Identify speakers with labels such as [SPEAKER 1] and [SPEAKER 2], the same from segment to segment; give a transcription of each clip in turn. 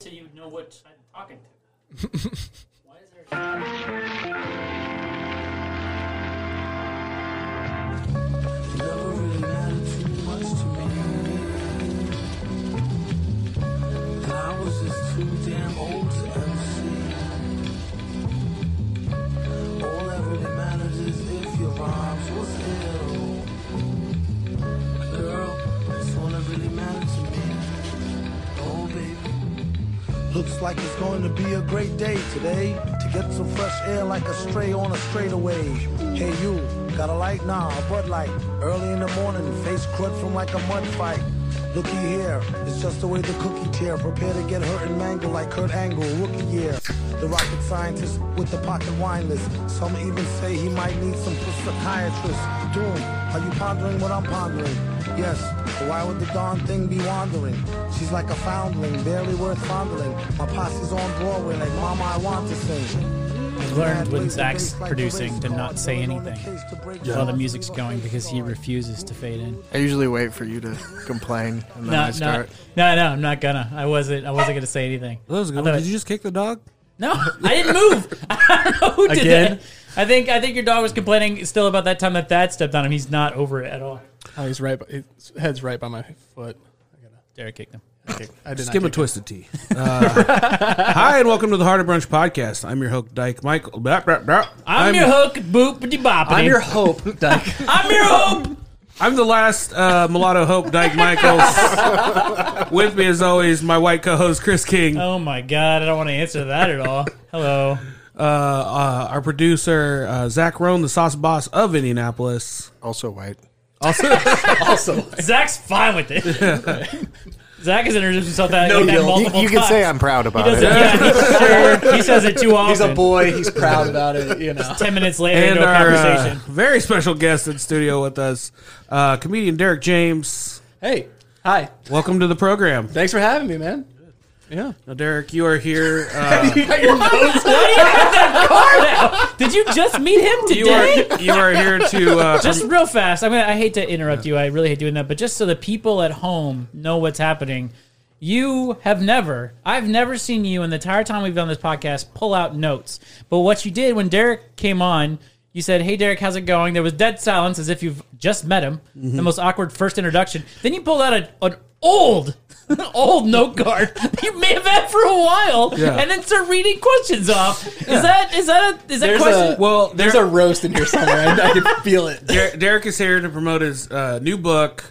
[SPEAKER 1] so you know what I'm talking to. Why is there?
[SPEAKER 2] I was just too damn old to MC. All that really matters is if your rhymes was ill. Girl, that's all that really mattered to me. Oh, baby. Looks like it's going to be a great day today to get some fresh air like a stray on a straightaway. Hey, you, got a light? Nah, a Bud Light. Early in the morning, face crud from like a mud fight. Looky here, it's just the way the cookie tear. Prepare to get hurt and mangled like Kurt Angle, rookie year. The rocket scientist with the pocket wine list. Some even say he might need some psychiatrist. Doom, are you pondering what I'm pondering? Yes, but why would the darn thing be wandering? She's like a foundling, barely worth fondling. My posse's on Broadway, like Mama, I want to sing.
[SPEAKER 3] I learned when Zach's producing to not say anything while the music's going because he refuses to fade in.
[SPEAKER 4] I usually wait for you to complain and then
[SPEAKER 3] No,
[SPEAKER 4] I
[SPEAKER 3] no,
[SPEAKER 4] start.
[SPEAKER 3] no, no, I'm not gonna. I wasn't. I wasn't gonna say anything.
[SPEAKER 5] That was a good.
[SPEAKER 3] I
[SPEAKER 5] One.
[SPEAKER 3] thought-
[SPEAKER 5] Did you just kick the dog?
[SPEAKER 3] No, I didn't move. I don't know who did
[SPEAKER 5] Again?
[SPEAKER 3] that. I think I think your dog was complaining still about that time that Thad stepped on him. He's not over it at all.
[SPEAKER 6] Oh, he's right. By, his head's right by my foot.
[SPEAKER 3] Derek kicked him.
[SPEAKER 6] Okay, I did
[SPEAKER 5] Just
[SPEAKER 6] not
[SPEAKER 5] give him a
[SPEAKER 6] kick it.
[SPEAKER 5] twisted tea. Uh, hi and welcome to the Heart of Brunch podcast. I'm your hook, Dyke Michael. blah, blah, blah.
[SPEAKER 3] I'm, your hook, boop de bop.
[SPEAKER 4] I'm your hope, Dyke.
[SPEAKER 3] I'm your hook.
[SPEAKER 5] I'm the last uh, mulatto hope, Dyke Michaels. With me, as always, my white co-host Chris King, uh,
[SPEAKER 3] Oh my god, I don't want to answer that at all. Hello.
[SPEAKER 5] uh, our producer uh, Zach Rohn, the sauce boss of Indianapolis.
[SPEAKER 4] Also white.
[SPEAKER 5] Also,
[SPEAKER 4] Also.
[SPEAKER 3] Zach's fine with it. Zach has introduced himself that,
[SPEAKER 4] No
[SPEAKER 3] like that
[SPEAKER 4] deal.
[SPEAKER 3] multiple
[SPEAKER 4] You, you can
[SPEAKER 3] times.
[SPEAKER 4] say I'm proud about
[SPEAKER 3] Does
[SPEAKER 4] it.
[SPEAKER 3] it- yeah, he, he says it too often.
[SPEAKER 4] He's a boy. He's proud about it. You know.
[SPEAKER 3] Ten minutes later
[SPEAKER 5] and
[SPEAKER 3] into a
[SPEAKER 5] our uh,
[SPEAKER 3] conversation.
[SPEAKER 5] very special guest in studio with us, uh, comedian Derek James.
[SPEAKER 6] Hey, hi.
[SPEAKER 5] Welcome to the program.
[SPEAKER 6] Thanks for having me, man. Yeah.
[SPEAKER 5] Now, Derek, you are here. Uh,
[SPEAKER 6] You got your nose.
[SPEAKER 3] Did you just meet him
[SPEAKER 5] you
[SPEAKER 3] today?
[SPEAKER 5] are you are here to uh,
[SPEAKER 3] just real fast. I mean, I hate to interrupt you. I really hate doing that, but just so the people at home know what's happening, you have never, I've never seen you in the entire time we've done this podcast pull out notes. But what you did when Derek came on, you said, "Hey, Derek, how's it going?" There was dead silence, as if you've just met him. The most awkward first introduction. Then you pulled out a, an old. old note card that you may have had for a while,
[SPEAKER 5] Yeah.
[SPEAKER 3] and then start reading questions off. Is that is that a, is that
[SPEAKER 6] There's
[SPEAKER 3] question?
[SPEAKER 6] a
[SPEAKER 5] Well,
[SPEAKER 6] well. There's
[SPEAKER 5] there-
[SPEAKER 6] a roast in here somewhere. I, I can feel it.
[SPEAKER 5] Der- Derek is here to promote his uh, new book.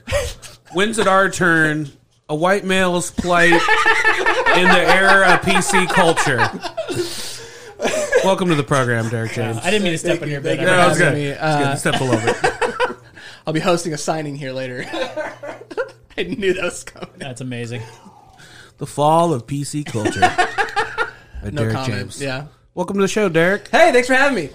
[SPEAKER 5] When's it our turn? A white male's plight in the era of PC culture. Welcome to the program, Derek James.
[SPEAKER 3] I didn't mean to step
[SPEAKER 6] Thank
[SPEAKER 3] in
[SPEAKER 6] you,
[SPEAKER 3] here,
[SPEAKER 6] thank
[SPEAKER 3] but
[SPEAKER 6] you.
[SPEAKER 3] I-
[SPEAKER 5] No, it's
[SPEAKER 6] having
[SPEAKER 5] good.
[SPEAKER 6] me.
[SPEAKER 5] It's good.
[SPEAKER 6] Uh,
[SPEAKER 5] Step all over it.
[SPEAKER 6] I'll be hosting a signing here later. I knew that was coming.
[SPEAKER 3] that's amazing.
[SPEAKER 5] The fall of PC culture. by
[SPEAKER 6] No
[SPEAKER 5] Derek
[SPEAKER 6] comment.
[SPEAKER 5] James.
[SPEAKER 6] Yeah.
[SPEAKER 5] Welcome to the show, Derek.
[SPEAKER 6] Hey, thanks for having me.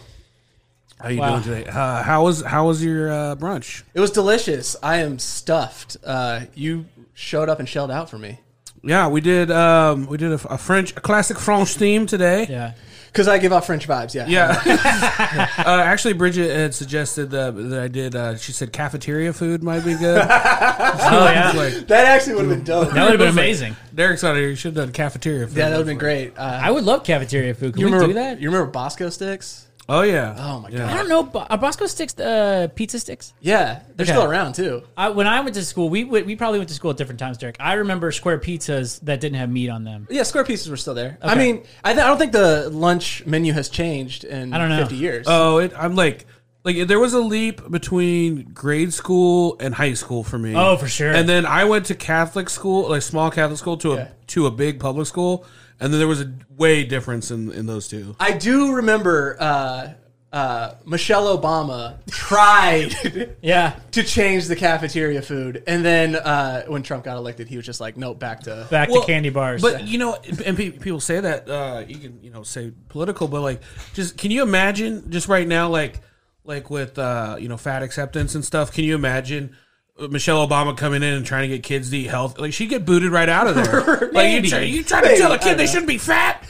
[SPEAKER 5] How you
[SPEAKER 3] Wow.
[SPEAKER 5] doing today? Uh, how was how was your uh, brunch?
[SPEAKER 6] It was delicious. I am stuffed. Uh, you showed up and shelled out for me
[SPEAKER 5] Yeah, we did um, we did a, a French a classic French theme today.
[SPEAKER 3] Yeah.
[SPEAKER 6] because I give off French vibes. Yeah.
[SPEAKER 5] Yeah. uh, actually, Bridget had suggested that, that I did. Uh, she said cafeteria food might be good.
[SPEAKER 3] Oh yeah.
[SPEAKER 5] like
[SPEAKER 6] That actually would have been dope.
[SPEAKER 3] That would have been amazing.
[SPEAKER 5] Derek's out here. You should have done cafeteria food.
[SPEAKER 6] yeah, that would have been great. Uh,
[SPEAKER 3] I would love cafeteria food. Can
[SPEAKER 6] you
[SPEAKER 3] we
[SPEAKER 6] remember
[SPEAKER 3] do that?
[SPEAKER 6] You remember Bosco sticks?
[SPEAKER 5] Oh yeah.
[SPEAKER 6] Oh, my
[SPEAKER 3] I
[SPEAKER 5] Yeah.
[SPEAKER 3] don't know. Bo- Are Bosco sticks uh, pizza sticks?
[SPEAKER 6] Yeah, they're
[SPEAKER 3] Okay.
[SPEAKER 6] still around too.
[SPEAKER 3] I, when I went to school, we would, we probably went to school at different times, Derek. I remember square pizzas that didn't have meat on them.
[SPEAKER 6] Yeah, square pieces were still there. I
[SPEAKER 3] Okay.
[SPEAKER 6] mean, I, th- I don't think the lunch menu has changed in
[SPEAKER 3] I don't know.
[SPEAKER 6] 50 years.
[SPEAKER 5] Oh, it, I'm like. Like there was a leap between grade school and high school for me.
[SPEAKER 3] Oh, for sure.
[SPEAKER 5] And then I went to Catholic school, like small Catholic school, to a
[SPEAKER 6] Yeah.
[SPEAKER 5] to a big public school, and then there was a way difference in, in those two.
[SPEAKER 6] I do remember uh, uh, Michelle Obama tried
[SPEAKER 3] Yeah,
[SPEAKER 6] to change the cafeteria food. And then uh, when Trump got elected, he was just like, nope, back to.
[SPEAKER 3] back
[SPEAKER 5] Well,
[SPEAKER 3] to candy bars.
[SPEAKER 5] But you know, and pe- people say that uh, you can you know say political, but like just can you imagine just right now like like with uh, you know fat acceptance and stuff? Can you imagine? uh, Michelle Obama coming in and trying to get kids to eat health, like she'd get booted right out of there. like you try, you try to tell a kid they shouldn't be fat.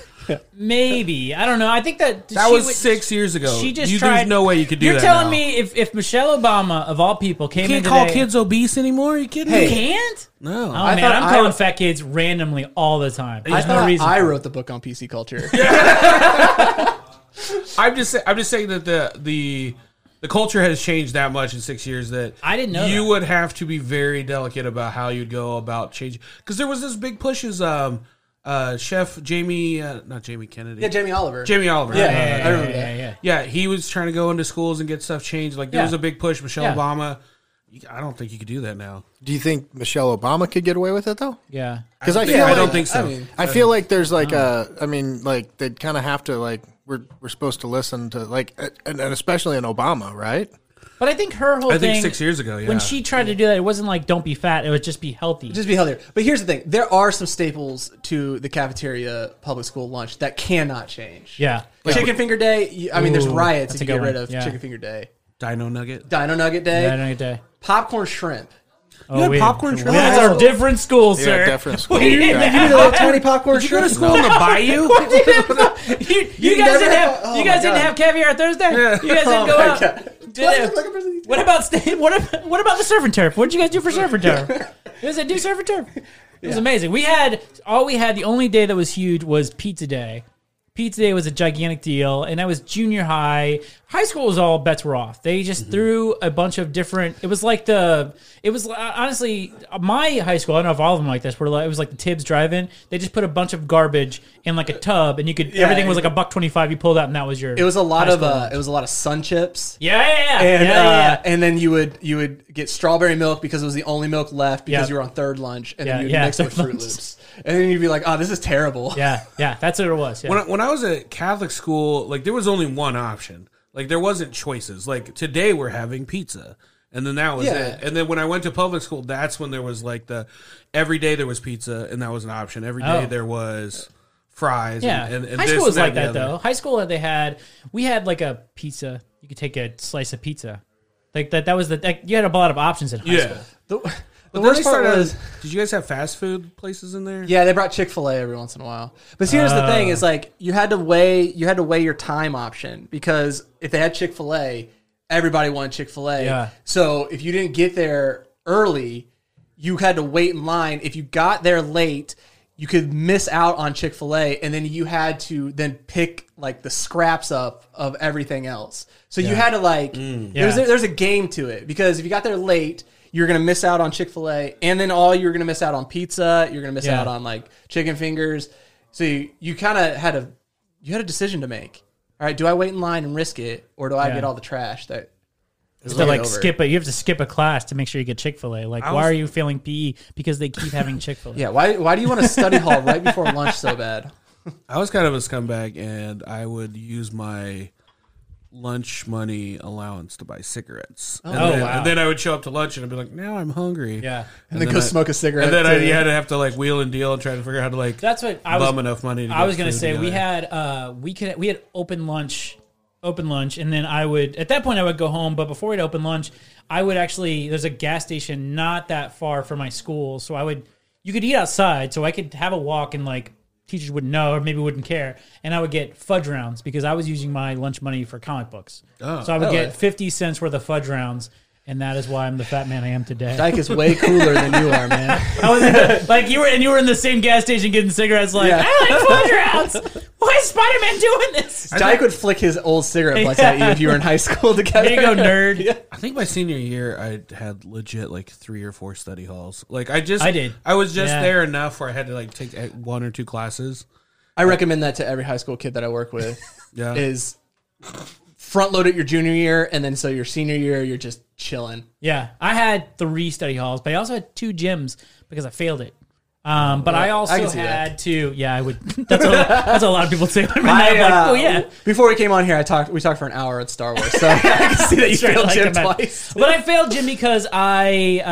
[SPEAKER 3] Maybe I don't know. I think that
[SPEAKER 5] That
[SPEAKER 3] she
[SPEAKER 5] was
[SPEAKER 3] would-
[SPEAKER 5] six years ago.
[SPEAKER 3] She just
[SPEAKER 5] you,
[SPEAKER 3] tried.
[SPEAKER 5] There's no way you could do
[SPEAKER 3] You're
[SPEAKER 5] that.
[SPEAKER 3] telling
[SPEAKER 5] now.
[SPEAKER 3] me if, if Michelle Obama of all people came
[SPEAKER 5] you can't
[SPEAKER 3] in
[SPEAKER 5] call
[SPEAKER 3] today-
[SPEAKER 5] kids obese anymore? Are you kidding
[SPEAKER 3] You
[SPEAKER 5] me?
[SPEAKER 3] can't.
[SPEAKER 5] No.
[SPEAKER 3] Oh
[SPEAKER 5] I,
[SPEAKER 3] man,
[SPEAKER 6] thought
[SPEAKER 3] I'm calling
[SPEAKER 6] I-
[SPEAKER 3] fat kids randomly all the time.
[SPEAKER 6] I
[SPEAKER 3] There's
[SPEAKER 6] thought
[SPEAKER 3] no reason.
[SPEAKER 6] I
[SPEAKER 3] for it.
[SPEAKER 6] wrote the book on PC culture.
[SPEAKER 5] am just say, I'm just saying that the the the culture has changed that much in six years that
[SPEAKER 3] I didn't know
[SPEAKER 5] you
[SPEAKER 3] that.
[SPEAKER 5] would have to be very delicate about how you'd go about changing because there was this big push is um uh chef Jamie uh, not Jamie Kennedy
[SPEAKER 6] yeah, Jamie Oliver.
[SPEAKER 5] Jamie Oliver
[SPEAKER 6] Yeah,
[SPEAKER 5] Uh,
[SPEAKER 6] yeah, I remember
[SPEAKER 3] yeah,
[SPEAKER 6] that.
[SPEAKER 3] yeah.
[SPEAKER 5] Yeah, he was trying to go into schools and get stuff changed. Like there
[SPEAKER 3] Yeah.
[SPEAKER 5] was a big push. Michelle
[SPEAKER 3] Yeah.
[SPEAKER 5] Obama. you- I don't think you could do that now.
[SPEAKER 4] Do you think Michelle Obama could get away with it though?
[SPEAKER 3] yeah.
[SPEAKER 4] Because I, feel
[SPEAKER 5] Yeah, I
[SPEAKER 4] like,
[SPEAKER 5] don't think so.
[SPEAKER 6] I mean,
[SPEAKER 4] I feel like there's like a. I mean, like they kind of have to like we're we're supposed to listen to like and, and especially in Obama, right?
[SPEAKER 3] But I think her whole
[SPEAKER 5] I
[SPEAKER 3] thing
[SPEAKER 5] think six years ago. Yeah.
[SPEAKER 3] when she tried to do that, it wasn't like don't be fat. It was just be healthy.
[SPEAKER 6] just be healthier. But here's the thing: there are some staples to the cafeteria public school lunch that cannot change.
[SPEAKER 3] yeah.
[SPEAKER 6] Chicken Finger Day. you- I mean, there's
[SPEAKER 3] Ooh,
[SPEAKER 6] riots
[SPEAKER 3] that's
[SPEAKER 6] if
[SPEAKER 3] a
[SPEAKER 6] you
[SPEAKER 3] good
[SPEAKER 6] get rid
[SPEAKER 3] one.
[SPEAKER 6] of
[SPEAKER 3] Yeah.
[SPEAKER 6] Chicken Finger Day,
[SPEAKER 5] Dino Nugget.
[SPEAKER 6] Dino Nugget Day,
[SPEAKER 3] Yeah, I know your day.
[SPEAKER 6] popcorn shrimp.
[SPEAKER 3] Oh,
[SPEAKER 5] had
[SPEAKER 3] we-
[SPEAKER 5] popcorn shrimp?
[SPEAKER 3] That's our different school,
[SPEAKER 4] Yeah,
[SPEAKER 3] sir.
[SPEAKER 4] different school.
[SPEAKER 3] We didn't
[SPEAKER 4] Yeah.
[SPEAKER 3] have-
[SPEAKER 6] You know, twenty popcorn
[SPEAKER 5] Did you go to
[SPEAKER 6] shrimp.
[SPEAKER 5] school in the bayou?
[SPEAKER 3] you, you guys
[SPEAKER 6] never
[SPEAKER 3] didn't
[SPEAKER 6] had-
[SPEAKER 3] have
[SPEAKER 6] oh
[SPEAKER 3] you
[SPEAKER 6] my
[SPEAKER 3] guys didn't
[SPEAKER 6] God.
[SPEAKER 3] have caviar Thursday. You guys didn't
[SPEAKER 6] Oh
[SPEAKER 3] go
[SPEAKER 6] my
[SPEAKER 3] out.
[SPEAKER 6] God.
[SPEAKER 3] Did what about sta- what about what about the surf and turf? What did you guys do for surf and turf? It was a do surf and turf. It was amazing. We had all we had. The only day that was huge was pizza day. Pizza day was a gigantic deal, and that was junior high. High school was all bets were off. They
[SPEAKER 6] Mm-hmm.
[SPEAKER 3] just threw a bunch of different. It was like the. It was uh, honestly my high school. I don't know if all of them like this. Were like it was like the Tibbs drive-in. They just put a bunch of garbage in like a tub, and you could everything was like a buck twenty-five. You pulled out, and that was your.
[SPEAKER 6] It was a lot
[SPEAKER 3] high
[SPEAKER 6] of
[SPEAKER 3] school
[SPEAKER 6] uh,
[SPEAKER 3] lunch.
[SPEAKER 6] it was a lot of sun chips.
[SPEAKER 3] Yeah, yeah, yeah,
[SPEAKER 6] And,
[SPEAKER 3] yeah, yeah, yeah.
[SPEAKER 6] uh, and then you would you would get strawberry milk because it was the only milk left because
[SPEAKER 3] Yeah.
[SPEAKER 6] you were on third lunch, and
[SPEAKER 3] Yeah,
[SPEAKER 6] then you'd
[SPEAKER 3] yeah,
[SPEAKER 6] mix it with
[SPEAKER 3] third
[SPEAKER 6] Fruit
[SPEAKER 3] lunch.
[SPEAKER 6] Loops, and then you'd be like, "Oh, this is terrible."
[SPEAKER 3] Yeah, yeah, that's what it was. Yeah.
[SPEAKER 5] when I, when I was at Catholic school, like there was only one option. Like there wasn't choices. Like today we're having pizza. And then that was
[SPEAKER 6] Yeah.
[SPEAKER 5] it. And then when I went to public school, that's when there was like the every day there was pizza and that was an option. Every day
[SPEAKER 3] Oh.
[SPEAKER 5] there was fries.
[SPEAKER 3] yeah,
[SPEAKER 5] And, and, and
[SPEAKER 3] high
[SPEAKER 5] this,
[SPEAKER 3] school was
[SPEAKER 5] that,
[SPEAKER 3] like
[SPEAKER 5] and the
[SPEAKER 3] that
[SPEAKER 5] other.
[SPEAKER 3] though. High school uh, they had we had like a pizza. You could take a slice of pizza, like that. That was the like, you had a lot of options in high
[SPEAKER 5] Yeah.
[SPEAKER 3] school.
[SPEAKER 6] The, the
[SPEAKER 5] But then
[SPEAKER 6] worst
[SPEAKER 5] they
[SPEAKER 6] part
[SPEAKER 5] started-
[SPEAKER 6] was,
[SPEAKER 5] did you guys have fast food places in there?
[SPEAKER 6] yeah, they brought Chick Fil A every once in a while. But see, here's the thing:
[SPEAKER 3] Oh.
[SPEAKER 6] is like you had to weigh you had to weigh your time option because if they had Chick Fil A, everybody wanted Chick Fil A.
[SPEAKER 3] Yeah.
[SPEAKER 6] So if you didn't get there early, you had to wait in line. If you got there late, you could miss out on Chick Fil A, and then you had to then pick like the scraps up of everything else. So you had to like there's
[SPEAKER 3] Yeah.
[SPEAKER 6] a, there's a game to it because if you got there late, you're gonna miss out on Chick Fil A, and then all you're gonna miss out on pizza. You're gonna miss
[SPEAKER 3] Yeah.
[SPEAKER 6] out on like chicken fingers. So you, you kind of had a you had a decision to make. All right, do I wait in line and risk it, or do I
[SPEAKER 3] Yeah.
[SPEAKER 6] get all the trash that?
[SPEAKER 3] You have to like
[SPEAKER 6] over.
[SPEAKER 3] skip a, you have to skip a class to make sure you get Chick Fil A. Like, why
[SPEAKER 5] was-
[SPEAKER 3] are you failing PE? Because they keep having Chick Fil A.
[SPEAKER 6] Yeah, why why do you want to study hall right before lunch so bad?
[SPEAKER 5] I was kind of a scumbag, and I would use my lunch money allowance to buy cigarettes. and,
[SPEAKER 3] Oh,
[SPEAKER 5] then,
[SPEAKER 3] wow.
[SPEAKER 5] and then I would show up to lunch, and I'd be like, "Now I'm hungry."
[SPEAKER 3] Yeah.
[SPEAKER 6] And, then, go
[SPEAKER 5] I-
[SPEAKER 6] smoke a cigarette.
[SPEAKER 5] And then I
[SPEAKER 6] too.
[SPEAKER 5] had to have to like wheel and deal and try to figure out how to like
[SPEAKER 3] That's what I was.
[SPEAKER 5] bum enough money. To
[SPEAKER 3] I
[SPEAKER 5] get
[SPEAKER 3] was gonna
[SPEAKER 5] food
[SPEAKER 3] say we
[SPEAKER 5] together.
[SPEAKER 3] had uh we could we had open lunch, open lunch, and then I would at that point I would go home. But before we'd open lunch, I would actually there's a gas station not that far from my school, so I would you could eat outside, so I could have a walk and like teachers wouldn't know or maybe wouldn't care, and I would get fudge rounds because I was using my lunch money for comic books,
[SPEAKER 5] Oh,
[SPEAKER 3] so I would get fifty cents worth of fudge rounds. And that is why I'm the fat man I am today.
[SPEAKER 6] Dyke is way cooler than you are, man.
[SPEAKER 3] I was in the, like you were, and you were in the same gas station getting cigarettes. Like
[SPEAKER 6] Yeah.
[SPEAKER 3] I like fudge rounds. Why is Spider Man doing this?
[SPEAKER 6] Dyke would flick his old cigarette butts at you if you were in high school together.
[SPEAKER 3] There you go, nerd.
[SPEAKER 5] I think my senior year, I had legit like three or four study halls. Like I just,
[SPEAKER 3] I did.
[SPEAKER 5] I was just
[SPEAKER 3] Yeah.
[SPEAKER 5] there enough where I had to like take uh, one or two classes.
[SPEAKER 6] I recommend that to every high school kid that I work with.
[SPEAKER 5] Yeah.
[SPEAKER 6] Is front load it your junior year, and then so your senior year, you're just chilling.
[SPEAKER 3] Yeah, I had three study halls, but I also had two gyms because I failed it. Um, but I also
[SPEAKER 6] can see that.
[SPEAKER 3] had to. Yeah, I would. That's a, that's a lot of people say. I'm
[SPEAKER 6] I,
[SPEAKER 3] like,
[SPEAKER 6] uh,
[SPEAKER 3] oh yeah.
[SPEAKER 6] Before we came on here, I talked. We talked for an hour at Star Wars, so I can see that you
[SPEAKER 3] Straight
[SPEAKER 6] failed
[SPEAKER 3] like
[SPEAKER 6] gym
[SPEAKER 3] the man.
[SPEAKER 6] twice.
[SPEAKER 3] but I failed gym because I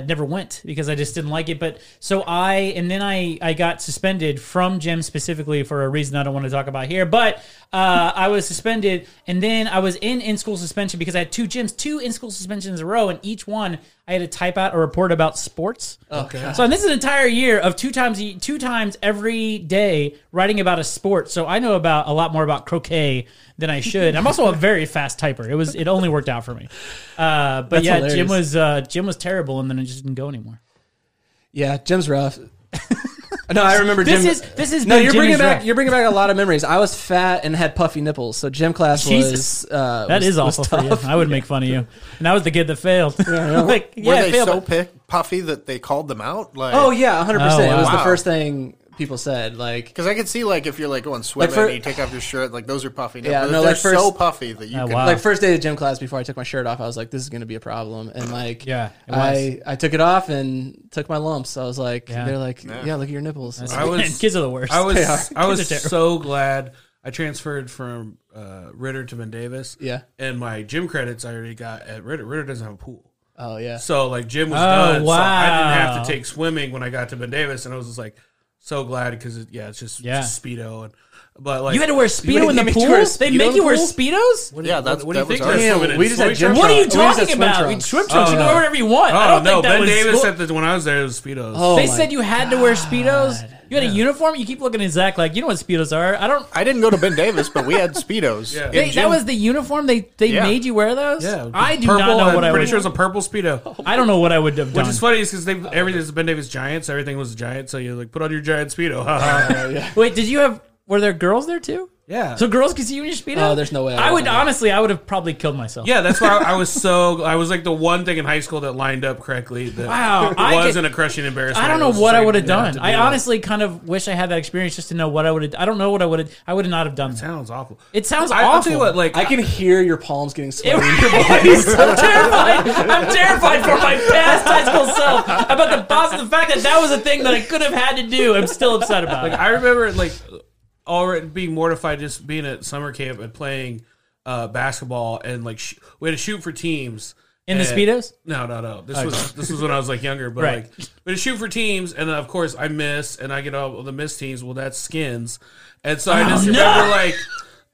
[SPEAKER 3] uh, never went because I just didn't like it. But so I and then I I got suspended from gym specifically for a reason I don't want to talk about here. But uh, I was suspended and then I was in in school suspension because I had two gyms, two in school
[SPEAKER 6] Oh.
[SPEAKER 3] Oh, suspensions in a row, and each one I had to type out a report about sports. Okay. So and this is an entire year year of two times e- two times every day writing about a sport, so I know about a lot more about croquet than I should. I'm also a very fast typer. It was it only worked out for me. Uh, but yeah, Jim
[SPEAKER 6] hilarious.
[SPEAKER 3] was uh, Jim was terrible, and then it just didn't go anymore.
[SPEAKER 6] Yeah, Jim's rough. no, I remember
[SPEAKER 3] This
[SPEAKER 6] Jim.
[SPEAKER 3] is this is
[SPEAKER 6] no,
[SPEAKER 3] been
[SPEAKER 6] you're
[SPEAKER 3] Jimmy's
[SPEAKER 6] bringing back
[SPEAKER 3] rap.
[SPEAKER 6] you're bringing back a lot of memories. I was fat and had puffy nipples, so gym class
[SPEAKER 3] Jesus.
[SPEAKER 6] was uh,
[SPEAKER 3] That
[SPEAKER 6] was,
[SPEAKER 3] is
[SPEAKER 6] was
[SPEAKER 3] awful for you.
[SPEAKER 6] tough.
[SPEAKER 3] I would make fun of you. And I was the kid that failed. like, yeah,
[SPEAKER 4] Were
[SPEAKER 3] I
[SPEAKER 4] they
[SPEAKER 3] failed,
[SPEAKER 4] so
[SPEAKER 3] but-
[SPEAKER 4] pick, puffy that they called them out? Like,
[SPEAKER 6] Oh yeah, 100.
[SPEAKER 3] Oh,
[SPEAKER 6] percent It
[SPEAKER 3] wow.
[SPEAKER 6] was the
[SPEAKER 4] Wow.
[SPEAKER 6] first thing people said. Like,
[SPEAKER 4] Because I could see like if you're like going swimming
[SPEAKER 6] for-
[SPEAKER 4] and you take off your shirt, like those are puffy.
[SPEAKER 6] Yeah,
[SPEAKER 4] Yeah,
[SPEAKER 6] no,
[SPEAKER 4] no, they're
[SPEAKER 6] like, first-
[SPEAKER 4] so puffy that you
[SPEAKER 3] Oh,
[SPEAKER 4] can.
[SPEAKER 3] wow.
[SPEAKER 6] like first day of gym class before I took my shirt off, I was like, this is going to be a problem. And like,
[SPEAKER 3] Yeah, it was.
[SPEAKER 6] I I took it off and took my lumps. I was like,
[SPEAKER 3] Yeah.
[SPEAKER 6] they're like, yeah. look at your nipples.
[SPEAKER 5] I was
[SPEAKER 3] kids are the worst.
[SPEAKER 5] I
[SPEAKER 6] They
[SPEAKER 5] was
[SPEAKER 6] are.
[SPEAKER 5] I was
[SPEAKER 3] Kids are terrible.
[SPEAKER 5] so glad I transferred from uh, Ritter to Van Davis.
[SPEAKER 6] Yeah.
[SPEAKER 5] and my gym credits I already got at Ritter. Ritter doesn't have a pool,
[SPEAKER 6] oh yeah.
[SPEAKER 5] so like gym was
[SPEAKER 3] Oh,
[SPEAKER 5] done. So I didn't
[SPEAKER 3] wow.
[SPEAKER 5] have to take swimming when I got to Van Davis, and I was just like so glad because it, yeah, it's just,
[SPEAKER 3] Yeah.
[SPEAKER 5] just speedo and but like
[SPEAKER 3] you had to wear Speedo
[SPEAKER 6] Wait,
[SPEAKER 3] in
[SPEAKER 6] they
[SPEAKER 3] the
[SPEAKER 6] made you
[SPEAKER 3] pool?
[SPEAKER 6] wear a
[SPEAKER 3] They
[SPEAKER 6] Speedo in
[SPEAKER 3] make
[SPEAKER 6] the
[SPEAKER 3] you wear
[SPEAKER 6] pool?
[SPEAKER 3] Speedos? What,
[SPEAKER 4] Yeah, that's
[SPEAKER 5] What do you
[SPEAKER 4] that was
[SPEAKER 5] think?
[SPEAKER 4] ours.
[SPEAKER 5] They're swimming in
[SPEAKER 6] we just had
[SPEAKER 5] floaty
[SPEAKER 6] gym
[SPEAKER 3] are
[SPEAKER 5] trunks?
[SPEAKER 3] you
[SPEAKER 6] We just had
[SPEAKER 3] talking
[SPEAKER 6] swim
[SPEAKER 3] about?
[SPEAKER 6] trunks.
[SPEAKER 3] Swim trunks. you can
[SPEAKER 5] no.
[SPEAKER 3] wear whatever you want.
[SPEAKER 5] Oh
[SPEAKER 3] I don't
[SPEAKER 5] no,
[SPEAKER 3] think that
[SPEAKER 5] Ben
[SPEAKER 3] was
[SPEAKER 5] Davis
[SPEAKER 3] school-
[SPEAKER 5] said that when I was there it was speedos.
[SPEAKER 6] Oh,
[SPEAKER 3] They
[SPEAKER 6] my
[SPEAKER 3] said you had to wear Speedos. You had a uniform. You keep looking at Zach like, you know what Speedos are. I don't.
[SPEAKER 4] I didn't go to Ben Davis, but we had speedos.
[SPEAKER 5] Yeah.
[SPEAKER 4] in
[SPEAKER 3] They, that
[SPEAKER 4] gym.
[SPEAKER 3] was the uniform they, they
[SPEAKER 4] Yeah.
[SPEAKER 3] made you wear those.
[SPEAKER 5] Yeah,
[SPEAKER 3] I do
[SPEAKER 5] purple,
[SPEAKER 3] not know
[SPEAKER 5] I'm
[SPEAKER 3] what I
[SPEAKER 5] pretty
[SPEAKER 3] would. Oh,
[SPEAKER 5] sure it was a purple speedo.
[SPEAKER 3] I don't know what I would have done.
[SPEAKER 5] Which is funny is because they everything's Ben Davis Giants. Everything was giant, so you like put on your giant speedo.
[SPEAKER 3] Wait, did you have? Were there girls there too?
[SPEAKER 5] yeah.
[SPEAKER 3] So girls could see you in your speedo.
[SPEAKER 6] Oh, there's no way I
[SPEAKER 3] I, would
[SPEAKER 6] would've done
[SPEAKER 3] honestly. I would have probably killed myself.
[SPEAKER 5] Yeah, that's why I was so. I was like the one thing in high school that lined up correctly. That
[SPEAKER 3] Wow, I
[SPEAKER 5] wasn't
[SPEAKER 3] get-
[SPEAKER 5] a crushing embarrassment.
[SPEAKER 3] I don't know
[SPEAKER 5] It was
[SPEAKER 3] what
[SPEAKER 5] just
[SPEAKER 3] I
[SPEAKER 5] like,
[SPEAKER 3] would have
[SPEAKER 5] yeah,
[SPEAKER 3] done.
[SPEAKER 5] to be
[SPEAKER 3] I
[SPEAKER 5] like-
[SPEAKER 3] honestly kind of wish I had that experience just to know what I would have. I don't know what I would have. I would have not have done that.
[SPEAKER 5] sounds awful.
[SPEAKER 3] It sounds
[SPEAKER 5] I, I'll
[SPEAKER 3] awful.
[SPEAKER 5] tell you what, like
[SPEAKER 6] I can hear your palms getting sweaty.
[SPEAKER 3] I'm terrified. I'm terrified for my past high school self about the poss- the fact that that was a thing that I could have had to do. I'm still upset about it.
[SPEAKER 5] I remember like already being mortified just being at summer camp and playing uh, basketball and like sh- we had to shoot for teams
[SPEAKER 3] In the
[SPEAKER 5] and-
[SPEAKER 3] Speedos?
[SPEAKER 5] No, no, no. This was this was when I was like younger, but
[SPEAKER 3] Right.
[SPEAKER 5] like we had to shoot for teams, and then of course I miss, and I get all the missed teams. Well, that's skins, and so I
[SPEAKER 3] Oh,
[SPEAKER 5] just remember like.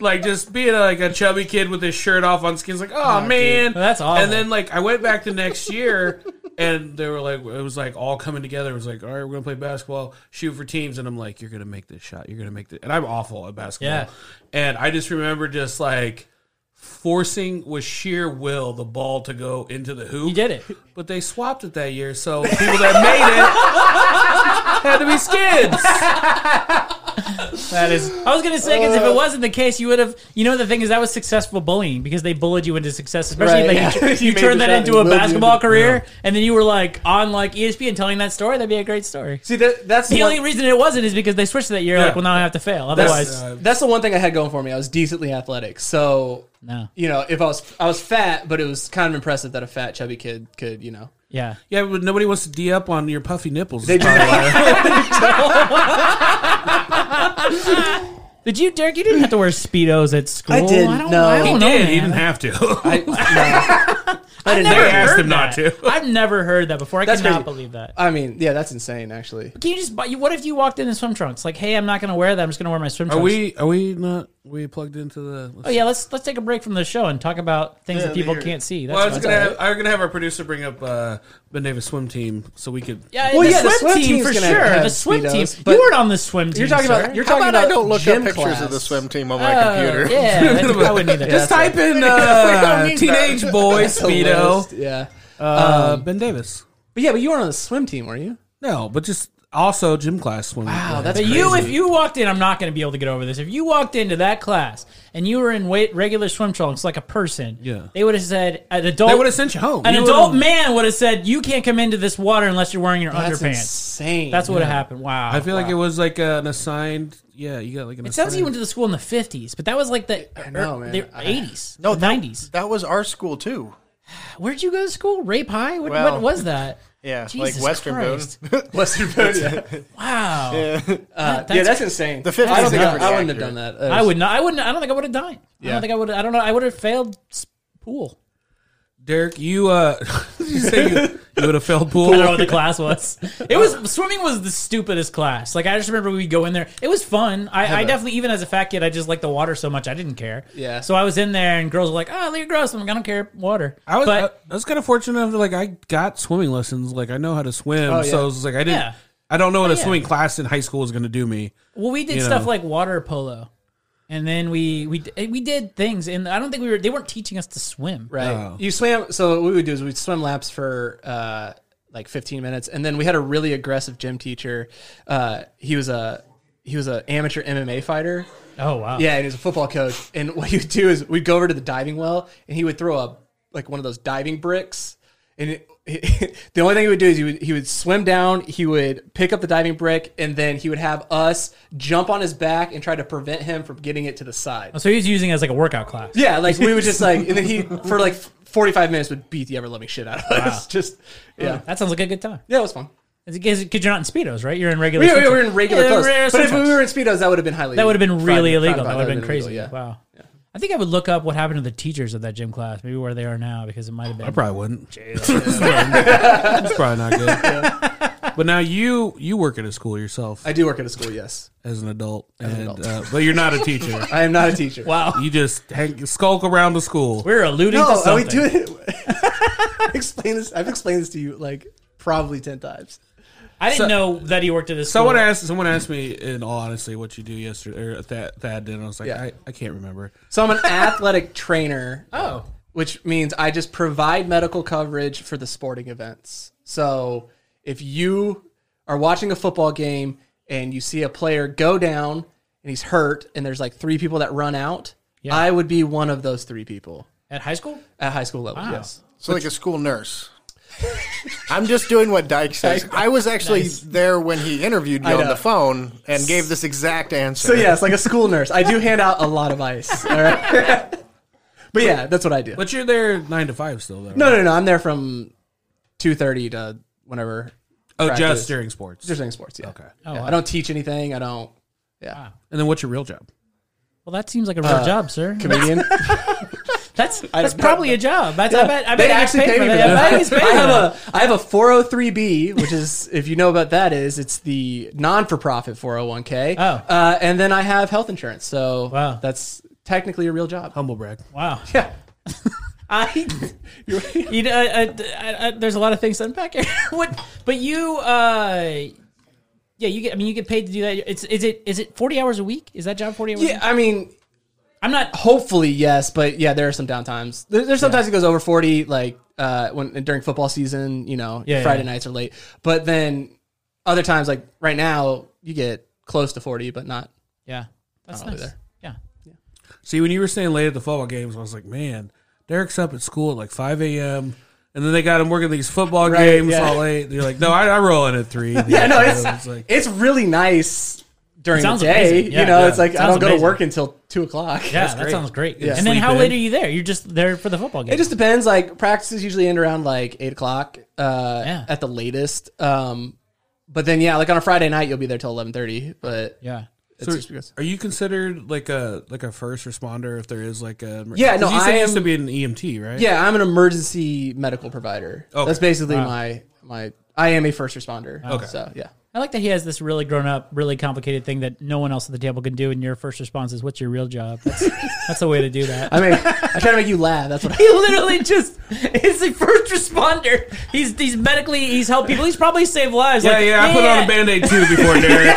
[SPEAKER 5] Like just being like a chubby kid with his shirt off on skins, like oh, man,
[SPEAKER 3] Well, that's awful.
[SPEAKER 5] And then like I went back the next year, and they were like, it was like all coming together. It was like, all right, we're gonna play basketball, shoot for teams, and I'm like, you're gonna make this shot, you're gonna make this, and I'm awful at basketball.
[SPEAKER 3] Yeah.
[SPEAKER 5] And I just remember just like forcing with sheer will the ball to go into the hoop.
[SPEAKER 3] You did it.
[SPEAKER 5] But they swapped it that year, so people that made it had to be skids.
[SPEAKER 3] That is. I was gonna say because
[SPEAKER 6] Uh.
[SPEAKER 3] if it wasn't the case, you would have. You know, the thing is that was successful bullying because they bullied you into success. Especially
[SPEAKER 6] Right,
[SPEAKER 3] if like,
[SPEAKER 6] yeah.
[SPEAKER 3] you,
[SPEAKER 6] You
[SPEAKER 3] you
[SPEAKER 6] made
[SPEAKER 3] turned
[SPEAKER 6] the
[SPEAKER 3] that
[SPEAKER 6] shot,
[SPEAKER 3] into
[SPEAKER 6] you
[SPEAKER 3] a
[SPEAKER 6] willed you
[SPEAKER 3] basketball
[SPEAKER 6] into-
[SPEAKER 3] career, and then you were like on like E ESPN telling that story. That'd be a great story.
[SPEAKER 6] See, that, that's
[SPEAKER 3] The
[SPEAKER 6] one-
[SPEAKER 3] only reason it wasn't is because they switched it that year. Like,
[SPEAKER 5] Yeah.
[SPEAKER 3] well, now I have to fail.
[SPEAKER 6] that's, uh,
[SPEAKER 3] Otherwise,
[SPEAKER 6] that's the one thing I had going for me. I was decently athletic, so
[SPEAKER 3] no.
[SPEAKER 6] you know, if I was I was fat, but it was kind of impressive that a fat chubby kid could, you know.
[SPEAKER 3] Yeah.
[SPEAKER 5] Yeah, but nobody wants to d up on your puffy nipples.
[SPEAKER 6] They do
[SPEAKER 3] Did you, Derek? You didn't have to wear speedos at school.
[SPEAKER 6] I did,
[SPEAKER 3] don't,
[SPEAKER 6] no.
[SPEAKER 3] I don't
[SPEAKER 6] He
[SPEAKER 3] know,
[SPEAKER 5] did.
[SPEAKER 3] Oh, man.
[SPEAKER 5] He didn't have to.
[SPEAKER 6] I, no. I didn't
[SPEAKER 3] I've
[SPEAKER 5] They
[SPEAKER 3] never
[SPEAKER 5] asked
[SPEAKER 3] heard
[SPEAKER 5] him not
[SPEAKER 3] that.
[SPEAKER 5] to.
[SPEAKER 3] I've never heard that before. I
[SPEAKER 6] That's
[SPEAKER 3] cannot
[SPEAKER 6] crazy.
[SPEAKER 3] believe that.
[SPEAKER 6] I mean, yeah, that's insane. Actually,
[SPEAKER 3] Can you just? buy- you- What if you walked in in swim trunks? Like, hey, I'm not going to wear that. I'm just going to wear my swim
[SPEAKER 5] Are
[SPEAKER 3] trunks.
[SPEAKER 5] we? Are we not? We plugged into the.
[SPEAKER 3] Oh yeah, let's let's take a break from the show and talk about things that people can't see. That's
[SPEAKER 5] Well, I was
[SPEAKER 3] fine.
[SPEAKER 5] gonna have, I was gonna have our producer bring up uh, Ben Davis swim team so we could.
[SPEAKER 3] yeah,
[SPEAKER 6] Well,
[SPEAKER 3] the,
[SPEAKER 6] yeah,
[SPEAKER 3] swim
[SPEAKER 6] the swim
[SPEAKER 3] team
[SPEAKER 6] team's
[SPEAKER 3] for
[SPEAKER 6] gonna
[SPEAKER 3] sure.
[SPEAKER 6] have
[SPEAKER 3] The swim team.
[SPEAKER 6] speedos, but-
[SPEAKER 3] you weren't on the swim team.
[SPEAKER 6] you're talking
[SPEAKER 3] sir.
[SPEAKER 6] about you're
[SPEAKER 4] How
[SPEAKER 6] talking
[SPEAKER 4] about
[SPEAKER 6] about
[SPEAKER 4] I don't look up
[SPEAKER 6] gym
[SPEAKER 4] pictures
[SPEAKER 6] class.
[SPEAKER 4] of the swim team on
[SPEAKER 3] Oh,
[SPEAKER 4] my computer?
[SPEAKER 3] yeah, that's- I wouldn't either.
[SPEAKER 5] Just type in uh, teenage boy
[SPEAKER 6] That's the
[SPEAKER 5] speedo.
[SPEAKER 6] worst, Yeah,
[SPEAKER 5] Uh, ben Davis.
[SPEAKER 6] but yeah, but you weren't on the swim team, were you?
[SPEAKER 5] No, but just also gym class swim.
[SPEAKER 6] Wow,
[SPEAKER 5] Yeah.
[SPEAKER 6] that's
[SPEAKER 3] But
[SPEAKER 6] crazy.
[SPEAKER 3] you, if you walked in, I'm not going to be able to get over this. If you walked into that class and you were in wait, regular swim trunks like a person,
[SPEAKER 5] Yeah.
[SPEAKER 3] they would have said an
[SPEAKER 5] they would have
[SPEAKER 3] adult,
[SPEAKER 5] sent you home.
[SPEAKER 3] an
[SPEAKER 5] You
[SPEAKER 3] adult
[SPEAKER 5] would've-
[SPEAKER 3] man would have said you can't come into this water unless you're wearing your
[SPEAKER 6] that's
[SPEAKER 3] underpants.
[SPEAKER 6] insane.
[SPEAKER 3] That's what would have happened. Wow.
[SPEAKER 5] I feel like it was like an assigned. Yeah, you got like an.
[SPEAKER 3] it sounds like you
[SPEAKER 5] assigned-
[SPEAKER 3] went to the school in the 50s, but that was like the,
[SPEAKER 6] know,
[SPEAKER 3] er-
[SPEAKER 6] man.
[SPEAKER 3] the
[SPEAKER 6] I-
[SPEAKER 3] 80s,
[SPEAKER 4] No, that-
[SPEAKER 3] 90s.
[SPEAKER 4] That was our school too.
[SPEAKER 3] Where'd you go to school? Rape High? What,
[SPEAKER 4] Well,
[SPEAKER 3] what was that?
[SPEAKER 4] Yeah,
[SPEAKER 3] Jesus
[SPEAKER 4] like Western
[SPEAKER 3] Christ.
[SPEAKER 4] Boone.
[SPEAKER 6] Western Boone. Yeah,
[SPEAKER 3] Wow.
[SPEAKER 6] that's, yeah, that's insane.
[SPEAKER 4] The 50s
[SPEAKER 6] I don't think
[SPEAKER 4] is
[SPEAKER 6] I, I
[SPEAKER 4] pretty
[SPEAKER 6] wouldn't have
[SPEAKER 4] accurate.
[SPEAKER 6] done that.
[SPEAKER 3] I would not. I wouldn't. I don't think I would have died. I
[SPEAKER 6] Yeah.
[SPEAKER 3] don't think I would. I don't know. I would have failed s- pool.
[SPEAKER 5] Derek, you uh, did you say you, you would have failed
[SPEAKER 3] I don't know
[SPEAKER 5] pool.
[SPEAKER 3] what the class was. It was swimming was the stupidest class. Like I just remember we'd go in there. It was fun. I, I definitely even as a fat kid, I just liked the water so much I didn't care.
[SPEAKER 6] Yeah.
[SPEAKER 3] So I was in there and girls were like, "Oh, you're gross." I'm like, "I don't care, water."
[SPEAKER 5] I was
[SPEAKER 6] uh,
[SPEAKER 3] but
[SPEAKER 5] I, was kind of fortunate enough that like I got swimming lessons. Like I know how to swim,
[SPEAKER 6] Oh, yeah.
[SPEAKER 5] so I was like I didn't.
[SPEAKER 3] Yeah. Oh,
[SPEAKER 5] I don't know what a
[SPEAKER 3] yeah.
[SPEAKER 5] swimming class in high school is going to do me.
[SPEAKER 3] Well, we did
[SPEAKER 5] you
[SPEAKER 3] stuff
[SPEAKER 5] know.
[SPEAKER 3] like water polo, and then we we d- we did things, and I don't think we were they weren't teaching us to swim.
[SPEAKER 6] Right.
[SPEAKER 5] Oh.
[SPEAKER 6] You swam. So what we would do is we'd swim laps for uh, like 15 minutes, and then we had a really aggressive gym teacher. Uh, he was a he was an amateur MMA fighter.
[SPEAKER 3] Oh wow.
[SPEAKER 6] Yeah, and he was a football coach. And what he would do is we'd go over to the diving well, and he would throw a like one of those diving bricks. And it, the only thing he would do is he would he would swim down, he would pick up the diving brick, and then he would have us jump on his back and try to prevent him from getting it to the side.
[SPEAKER 3] So he was using it as like a workout class.
[SPEAKER 6] Yeah, like we would just like, and then he for like forty five minutes would beat the ever loving shit out of us. Just yeah,
[SPEAKER 3] That sounds like a good time.
[SPEAKER 6] yeah, it was fun.
[SPEAKER 3] Because you're not in speedos, right? You're in regular.
[SPEAKER 6] We, we
[SPEAKER 3] swim
[SPEAKER 6] were
[SPEAKER 3] trunks.
[SPEAKER 6] in regular
[SPEAKER 3] Yeah,
[SPEAKER 6] clothes,
[SPEAKER 3] regular
[SPEAKER 6] but
[SPEAKER 3] swim
[SPEAKER 6] if we
[SPEAKER 3] trunks.
[SPEAKER 6] were in speedos, that would have been highly
[SPEAKER 3] that would have been really
[SPEAKER 6] frowned- frowned
[SPEAKER 3] illegal.
[SPEAKER 6] upon.
[SPEAKER 3] That would have been
[SPEAKER 6] illegal,
[SPEAKER 3] crazy. Wow. I think I would look up what happened to the teachers of that gym class, maybe where they are now, because it might have been.
[SPEAKER 5] I probably wouldn't. That's probably not good. But now you you work at a school yourself
[SPEAKER 6] I do work at a school. Yes,
[SPEAKER 5] as an adult,
[SPEAKER 6] an
[SPEAKER 5] and,
[SPEAKER 6] adult.
[SPEAKER 5] Uh, but you're not a teacher.
[SPEAKER 6] I am not a teacher.
[SPEAKER 3] wow.
[SPEAKER 5] You just hang, skulk around the school.
[SPEAKER 3] We're alluding to
[SPEAKER 6] No,
[SPEAKER 3] something.
[SPEAKER 6] are we do it. Explain this. I've explained this to you like probably ten times.
[SPEAKER 3] I didn't
[SPEAKER 5] So-
[SPEAKER 3] know that he worked at this.
[SPEAKER 5] Someone
[SPEAKER 3] school.
[SPEAKER 5] asked someone asked me in all honesty what you do yesterday or that that did and I was like
[SPEAKER 6] Yeah.
[SPEAKER 5] I, I can't remember.
[SPEAKER 6] So I'm an athletic trainer.
[SPEAKER 3] Oh.
[SPEAKER 6] which means I just provide medical coverage for the sporting events. So if you are watching a football game and you see a player go down and he's hurt and there's like three people that run out, I would be one of those three people
[SPEAKER 3] at high school.
[SPEAKER 6] at high school level.
[SPEAKER 3] Wow.
[SPEAKER 6] Yes.
[SPEAKER 4] So like a school nurse. I'm just doing what Dyke says. I was actually there when he interviewed me
[SPEAKER 6] I
[SPEAKER 4] on
[SPEAKER 6] know.
[SPEAKER 4] the phone and gave this exact answer.
[SPEAKER 6] So yes, like a school nurse. I do hand out a lot of ice. All right. but yeah, that's what I do.
[SPEAKER 5] But you're there nine to five still though.
[SPEAKER 6] No, no, no. I'm there from two thirty to whenever.
[SPEAKER 5] oh,
[SPEAKER 6] practice.
[SPEAKER 5] just during sports.
[SPEAKER 6] Just doing sports. Yeah.
[SPEAKER 5] Okay.
[SPEAKER 3] Oh,
[SPEAKER 6] Yeah, I don't teach anything. I don't. Yeah.
[SPEAKER 5] And then what's your real job?
[SPEAKER 3] Well, that seems like a real
[SPEAKER 6] Uh,
[SPEAKER 3] job, sir.
[SPEAKER 6] Comedian.
[SPEAKER 3] That's that's
[SPEAKER 6] don't know.
[SPEAKER 3] probably a job. That's, I bet. I bet
[SPEAKER 6] they
[SPEAKER 3] he gets
[SPEAKER 6] actually
[SPEAKER 3] paid
[SPEAKER 6] pay me for
[SPEAKER 3] I bet he gets
[SPEAKER 6] that.
[SPEAKER 3] paid
[SPEAKER 6] I
[SPEAKER 3] for that.
[SPEAKER 6] have a I have a 403b, which is if you know about that is it's the non-for-profit 401k.
[SPEAKER 3] Oh.
[SPEAKER 6] uh, and then I have health insurance, so
[SPEAKER 3] Wow.
[SPEAKER 6] that's technically a real job.
[SPEAKER 5] Humble brag.
[SPEAKER 3] Wow.
[SPEAKER 6] Yeah,
[SPEAKER 3] I, you know, I, I, I, I, there's a lot of things to unpack here. what, but you, uh, yeah, you get. I mean, you get paid to do that. It's is it is it 40 hours a week? Is that job 40 hours? A
[SPEAKER 6] yeah.
[SPEAKER 3] week?
[SPEAKER 6] I mean,
[SPEAKER 3] I'm not.
[SPEAKER 6] hopefully yes, but yeah, there are some downtimes. There, there's sometimes it goes over 40, like uh, when during football season, you know,
[SPEAKER 3] Yeah,
[SPEAKER 6] Friday
[SPEAKER 3] yeah.
[SPEAKER 6] nights are late. But then other times, like right now, you get close to 40, but not.
[SPEAKER 3] Yeah, that's
[SPEAKER 6] I'll be
[SPEAKER 3] nice.
[SPEAKER 6] there.
[SPEAKER 3] Yeah.
[SPEAKER 5] See, when you were staying late at the football games, I was like, man, Derek's up at school at like 5 a.m. And then they got him working these football games
[SPEAKER 6] yeah.
[SPEAKER 5] all late. You're like, no, I, I roll in at 3.
[SPEAKER 6] Yeah, no, it's
[SPEAKER 5] It's like,
[SPEAKER 6] it's really nice during the
[SPEAKER 3] Sounds
[SPEAKER 6] day.
[SPEAKER 3] amazing. Yeah,
[SPEAKER 6] you know,
[SPEAKER 3] yeah.
[SPEAKER 6] it's like I
[SPEAKER 3] Sounds
[SPEAKER 6] don't go to
[SPEAKER 3] amazing.
[SPEAKER 6] work until two o'clock.
[SPEAKER 3] Yeah, that sounds great.
[SPEAKER 6] Yeah.
[SPEAKER 3] And then
[SPEAKER 5] Sleep
[SPEAKER 3] how
[SPEAKER 5] in.
[SPEAKER 3] late are you there? You're just there for the football game.
[SPEAKER 6] It just depends. Like practices usually end around like eight o'clock uh,
[SPEAKER 3] Yeah.
[SPEAKER 6] at the latest. Um, but then yeah, like on a Friday night you'll be there till eleven thirty. But
[SPEAKER 3] yeah.
[SPEAKER 6] it's
[SPEAKER 5] So
[SPEAKER 6] just because
[SPEAKER 5] are you considered like a like a first responder if there is like a
[SPEAKER 6] Yeah, no,
[SPEAKER 5] 'cause you said
[SPEAKER 6] I
[SPEAKER 5] you used
[SPEAKER 6] am-
[SPEAKER 5] to be an EMT, right?
[SPEAKER 6] yeah, I'm an emergency medical provider.
[SPEAKER 5] Okay.
[SPEAKER 6] That's basically my my. I am a first responder.
[SPEAKER 5] Okay.
[SPEAKER 6] so yeah.
[SPEAKER 3] I like that he has this really grown up, really complicated thing that no one else at the table can do. And your first response is, "What's your real job?" That's, that's the way to do that.
[SPEAKER 6] I mean, I try to make you laugh. That's what I
[SPEAKER 3] He literally just is the first responder. He's he's medically he's helped people. He's probably saved lives.
[SPEAKER 5] Yeah,
[SPEAKER 3] Like,
[SPEAKER 5] yeah, I put on a band aid too before Derek.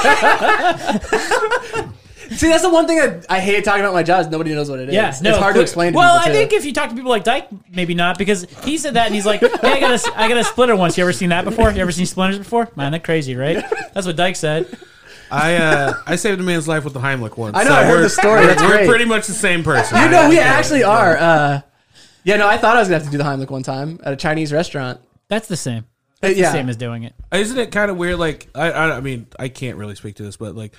[SPEAKER 6] see. That's the one thing that I hate talking about my job. Is nobody knows what it is.
[SPEAKER 3] Yeah, no,
[SPEAKER 6] it's hard to
[SPEAKER 3] clear-
[SPEAKER 6] explain. To
[SPEAKER 3] well,
[SPEAKER 6] people,
[SPEAKER 3] I
[SPEAKER 6] too.
[SPEAKER 3] think if you talk to people like Dyke, maybe not because he said that and he's like, "Yeah, I got a, I got a splitter once. You ever seen that before? You ever seen splinters before? Man, that crazy, right? That's what Dyke said.
[SPEAKER 5] I uh, I saved a man's life with the Heimlich once.
[SPEAKER 6] I know, I heard
[SPEAKER 5] we're-
[SPEAKER 6] the story, that's
[SPEAKER 5] we're
[SPEAKER 6] great.
[SPEAKER 5] pretty much the same person.
[SPEAKER 6] You know, we
[SPEAKER 5] yeah.
[SPEAKER 6] actually are. Uh, yeah, no, I thought I was gonna have to do the Heimlich one time at a Chinese restaurant.
[SPEAKER 3] That's the same.
[SPEAKER 6] Uh, yeah,
[SPEAKER 3] Same as doing it.
[SPEAKER 5] Isn't it kind of weird? Like, I, I, I mean, I can't really speak to this, but like,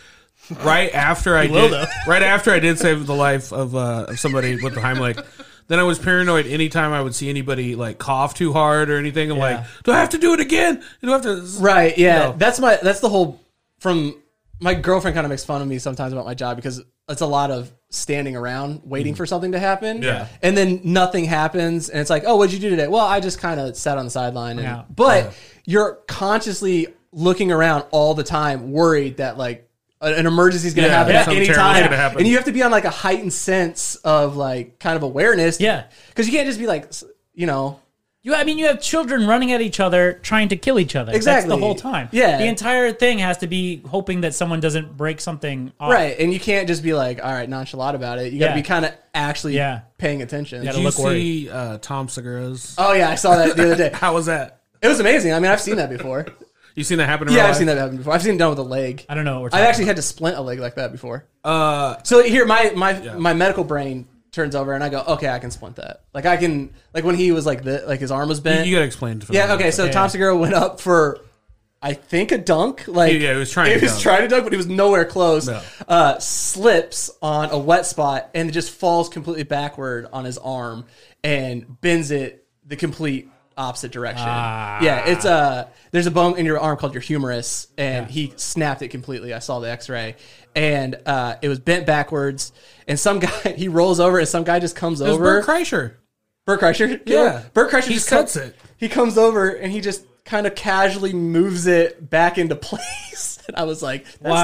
[SPEAKER 5] right after I
[SPEAKER 3] will,
[SPEAKER 5] did,
[SPEAKER 3] though.
[SPEAKER 5] right after I did save the life of, uh, of somebody with the Heimlich, then I was paranoid anytime I would see anybody like cough too hard or anything. I'm
[SPEAKER 3] Yeah.
[SPEAKER 5] like, do I have to do it again? Do I have to?
[SPEAKER 6] right. Yeah,
[SPEAKER 5] No.
[SPEAKER 6] that's my that's the whole. From my girlfriend, kind of makes fun of me sometimes about my job because it's a lot of standing around waiting for something to happen.
[SPEAKER 5] Mm-hmm. Yeah.
[SPEAKER 6] and then nothing happens, and it's like, oh, what'd you do today? Well, I just kind of sat on the sideline. And,
[SPEAKER 3] Yeah.
[SPEAKER 6] But you're consciously looking around all the time, worried that like a- an emergency is going to
[SPEAKER 5] Yeah,
[SPEAKER 6] happen
[SPEAKER 5] yeah.
[SPEAKER 6] at
[SPEAKER 5] Something
[SPEAKER 6] any
[SPEAKER 5] terrible's
[SPEAKER 6] time,
[SPEAKER 5] gonna happen.
[SPEAKER 6] and you have to be on like a heightened sense of like kind of awareness.
[SPEAKER 3] Yeah.
[SPEAKER 6] because you can't just be like, s- you know,
[SPEAKER 3] You, I mean, you have children running at each other, trying to kill each other. That's
[SPEAKER 6] Exactly.
[SPEAKER 3] the whole time.
[SPEAKER 6] Yeah.
[SPEAKER 3] The entire thing has to be hoping that someone doesn't break something off.
[SPEAKER 6] Right, and you can't just be like, all right, nonchalant about it. You got to
[SPEAKER 3] Yeah.
[SPEAKER 6] be kind of actually
[SPEAKER 3] Yeah.
[SPEAKER 6] paying attention.
[SPEAKER 3] Gotta
[SPEAKER 5] Did you
[SPEAKER 3] look worried.
[SPEAKER 5] see uh, Tom Segura's?
[SPEAKER 6] Oh yeah, I saw that the other day.
[SPEAKER 5] How was that?
[SPEAKER 6] It was amazing. I mean, I've seen that before.
[SPEAKER 5] You seen that happen? In
[SPEAKER 6] Yeah,
[SPEAKER 5] real
[SPEAKER 6] I've seen
[SPEAKER 5] life?
[SPEAKER 6] that happen before. I've seen it done with a leg.
[SPEAKER 3] I don't know what we're talking
[SPEAKER 6] I've actually had to splint a leg like that before.
[SPEAKER 5] Uh,
[SPEAKER 6] So here, my my my medical brain turns over, and I go, okay, I can splint that. Like I can, like when he was like the like his arm was bent.
[SPEAKER 5] you gotta explain. For
[SPEAKER 6] yeah,
[SPEAKER 5] that.
[SPEAKER 6] okay. So Tom Segura went up for, I think a dunk. Like
[SPEAKER 5] Yeah, yeah, he was trying to
[SPEAKER 6] He was
[SPEAKER 5] dunk.
[SPEAKER 6] trying to dunk, but he was nowhere close. Uh, slips on a wet spot and just falls completely backward on his arm and bends it the complete opposite direction.
[SPEAKER 5] Ah.
[SPEAKER 6] Yeah, it's uh there's a bone in your arm called your humerus, and he snapped it completely. I saw the X-ray, and uh, it was bent backwards. And some guy he rolls over, and some guy just comes
[SPEAKER 5] It was
[SPEAKER 6] over.
[SPEAKER 5] Bert Kreischer.
[SPEAKER 6] Bert Kreischer.
[SPEAKER 5] Yeah.
[SPEAKER 6] Bert Kreischer
[SPEAKER 5] He
[SPEAKER 6] just
[SPEAKER 5] cuts
[SPEAKER 6] come-
[SPEAKER 5] it.
[SPEAKER 6] He comes over and he just kind of casually moves it back into place. And I was like, that's
[SPEAKER 3] Wow.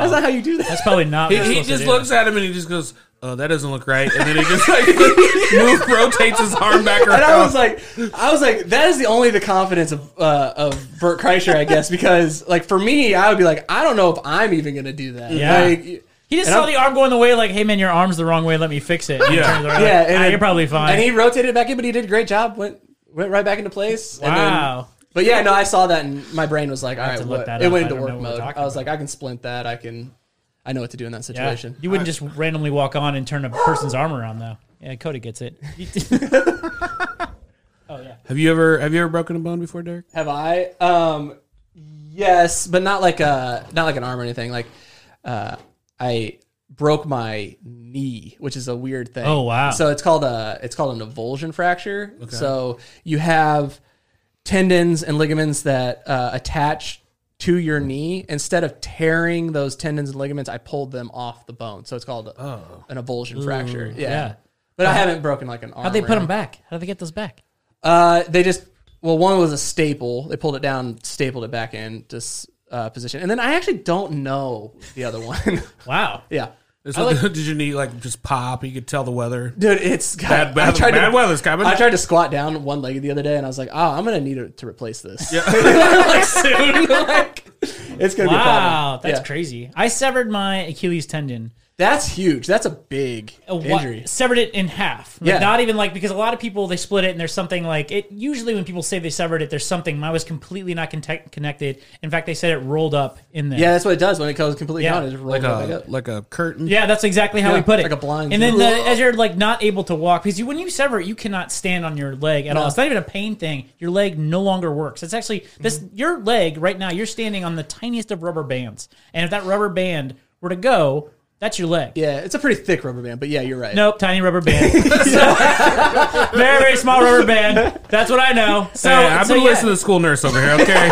[SPEAKER 6] not that's not how you do that.
[SPEAKER 3] That's probably not.
[SPEAKER 5] He,
[SPEAKER 3] what we're
[SPEAKER 5] he
[SPEAKER 3] supposed to
[SPEAKER 5] just
[SPEAKER 3] do.
[SPEAKER 5] looks at him and he just goes, "Oh, that doesn't look right," and then he just like move, rotates his arm back around.
[SPEAKER 6] and I was like, I was like, that is the only the confidence of uh, of Bert Kreischer, I guess, because like for me, I would be like, I don't know if I'm even gonna do that.
[SPEAKER 3] Yeah.
[SPEAKER 6] Like,
[SPEAKER 3] He just
[SPEAKER 6] and
[SPEAKER 3] saw
[SPEAKER 6] I'm-
[SPEAKER 3] the arm going the way, like, "Hey man, your arm's the wrong way. Let me fix it."
[SPEAKER 5] Yeah.
[SPEAKER 6] yeah,
[SPEAKER 3] yeah.
[SPEAKER 6] and
[SPEAKER 3] "Ah, you're probably fine.
[SPEAKER 6] And he rotated it back in, but he did a great job. Went went right back into place. and then-
[SPEAKER 3] wow.
[SPEAKER 6] But yeah, no, I saw that and my brain was like, all
[SPEAKER 3] have
[SPEAKER 6] right,
[SPEAKER 3] to look
[SPEAKER 6] what-
[SPEAKER 3] that
[SPEAKER 6] it
[SPEAKER 3] up.
[SPEAKER 6] went
[SPEAKER 3] I
[SPEAKER 6] into
[SPEAKER 3] don't know
[SPEAKER 6] work
[SPEAKER 3] what we're
[SPEAKER 6] mode.
[SPEAKER 3] talking
[SPEAKER 6] I was
[SPEAKER 3] about.
[SPEAKER 6] like, I can splint that. I can, I know what to do in that
[SPEAKER 3] Yeah.
[SPEAKER 6] situation.
[SPEAKER 3] You wouldn't just randomly walk on and turn a person's arm around, though. Yeah, Cody gets it. oh yeah.
[SPEAKER 5] have you ever have you ever broken a bone before, Derek?
[SPEAKER 6] Have I? Um, yes, but not like a not like an arm or anything. Like, uh, I broke my knee, which is a weird thing.
[SPEAKER 3] Oh, wow.
[SPEAKER 6] So it's called a it's called an avulsion fracture. So you have tendons and ligaments that uh, attach to your knee. Instead of tearing those tendons and ligaments, I pulled them off the bone. So it's called an avulsion fracture. Yeah.
[SPEAKER 3] Oh. yeah.
[SPEAKER 6] But I haven't broken like an arm.
[SPEAKER 3] How'd they
[SPEAKER 6] or
[SPEAKER 3] put them
[SPEAKER 6] anything.
[SPEAKER 3] back? How'd they get those back?
[SPEAKER 6] Uh, they just well, one was a staple. They pulled it down, stapled it back into uh, position, and then I actually don't know the other one.
[SPEAKER 3] Wow.
[SPEAKER 6] yeah,
[SPEAKER 5] It's like- did your knee like just pop? You could tell the weather.
[SPEAKER 6] dude, it's got,
[SPEAKER 5] Bad,
[SPEAKER 6] I
[SPEAKER 5] bad,
[SPEAKER 6] tried
[SPEAKER 5] bad
[SPEAKER 6] to,
[SPEAKER 5] weather's coming.
[SPEAKER 6] I tried to squat down one legged the other day, and I was like, oh, I'm gonna need to, to replace this. like soon, like it's gonna be a problem.
[SPEAKER 3] Wow, that's
[SPEAKER 6] Yeah.
[SPEAKER 3] crazy. I severed my Achilles tendon.
[SPEAKER 6] That's huge. That's a big
[SPEAKER 3] A wa-
[SPEAKER 6] injury.
[SPEAKER 3] severed it in half. Like,
[SPEAKER 6] Yeah.
[SPEAKER 3] Not even like because a lot of people they split it and there's something like it. Usually when people say they severed it, there's something. Mine was completely not contact- connected. In fact, they said it rolled up in there.
[SPEAKER 6] Yeah, that's what it does when it goes completely
[SPEAKER 3] Yeah.
[SPEAKER 6] down. It just rolls
[SPEAKER 5] like
[SPEAKER 6] right back
[SPEAKER 5] a
[SPEAKER 6] up.
[SPEAKER 5] like a curtain.
[SPEAKER 3] Yeah, that's exactly how
[SPEAKER 6] Yeah,
[SPEAKER 3] we put it.
[SPEAKER 6] like a blind.
[SPEAKER 3] And then the, as you're like not able to walk because you, when you sever it, you cannot stand on your leg at all.
[SPEAKER 6] No.
[SPEAKER 3] It's not even a pain thing. Your leg no longer works. It's actually this
[SPEAKER 6] Mm-hmm.
[SPEAKER 3] your leg right now. You're standing on the tiniest of rubber bands, and if that rubber band were to go, that's your leg.
[SPEAKER 6] Yeah, it's a pretty thick rubber band, but yeah, you're right.
[SPEAKER 3] Nope, tiny rubber band. So- very, very small rubber band. That's what I know. So,
[SPEAKER 5] Hey, I've
[SPEAKER 3] so
[SPEAKER 5] been
[SPEAKER 3] yeah,
[SPEAKER 5] listening to the school nurse over here. Okay,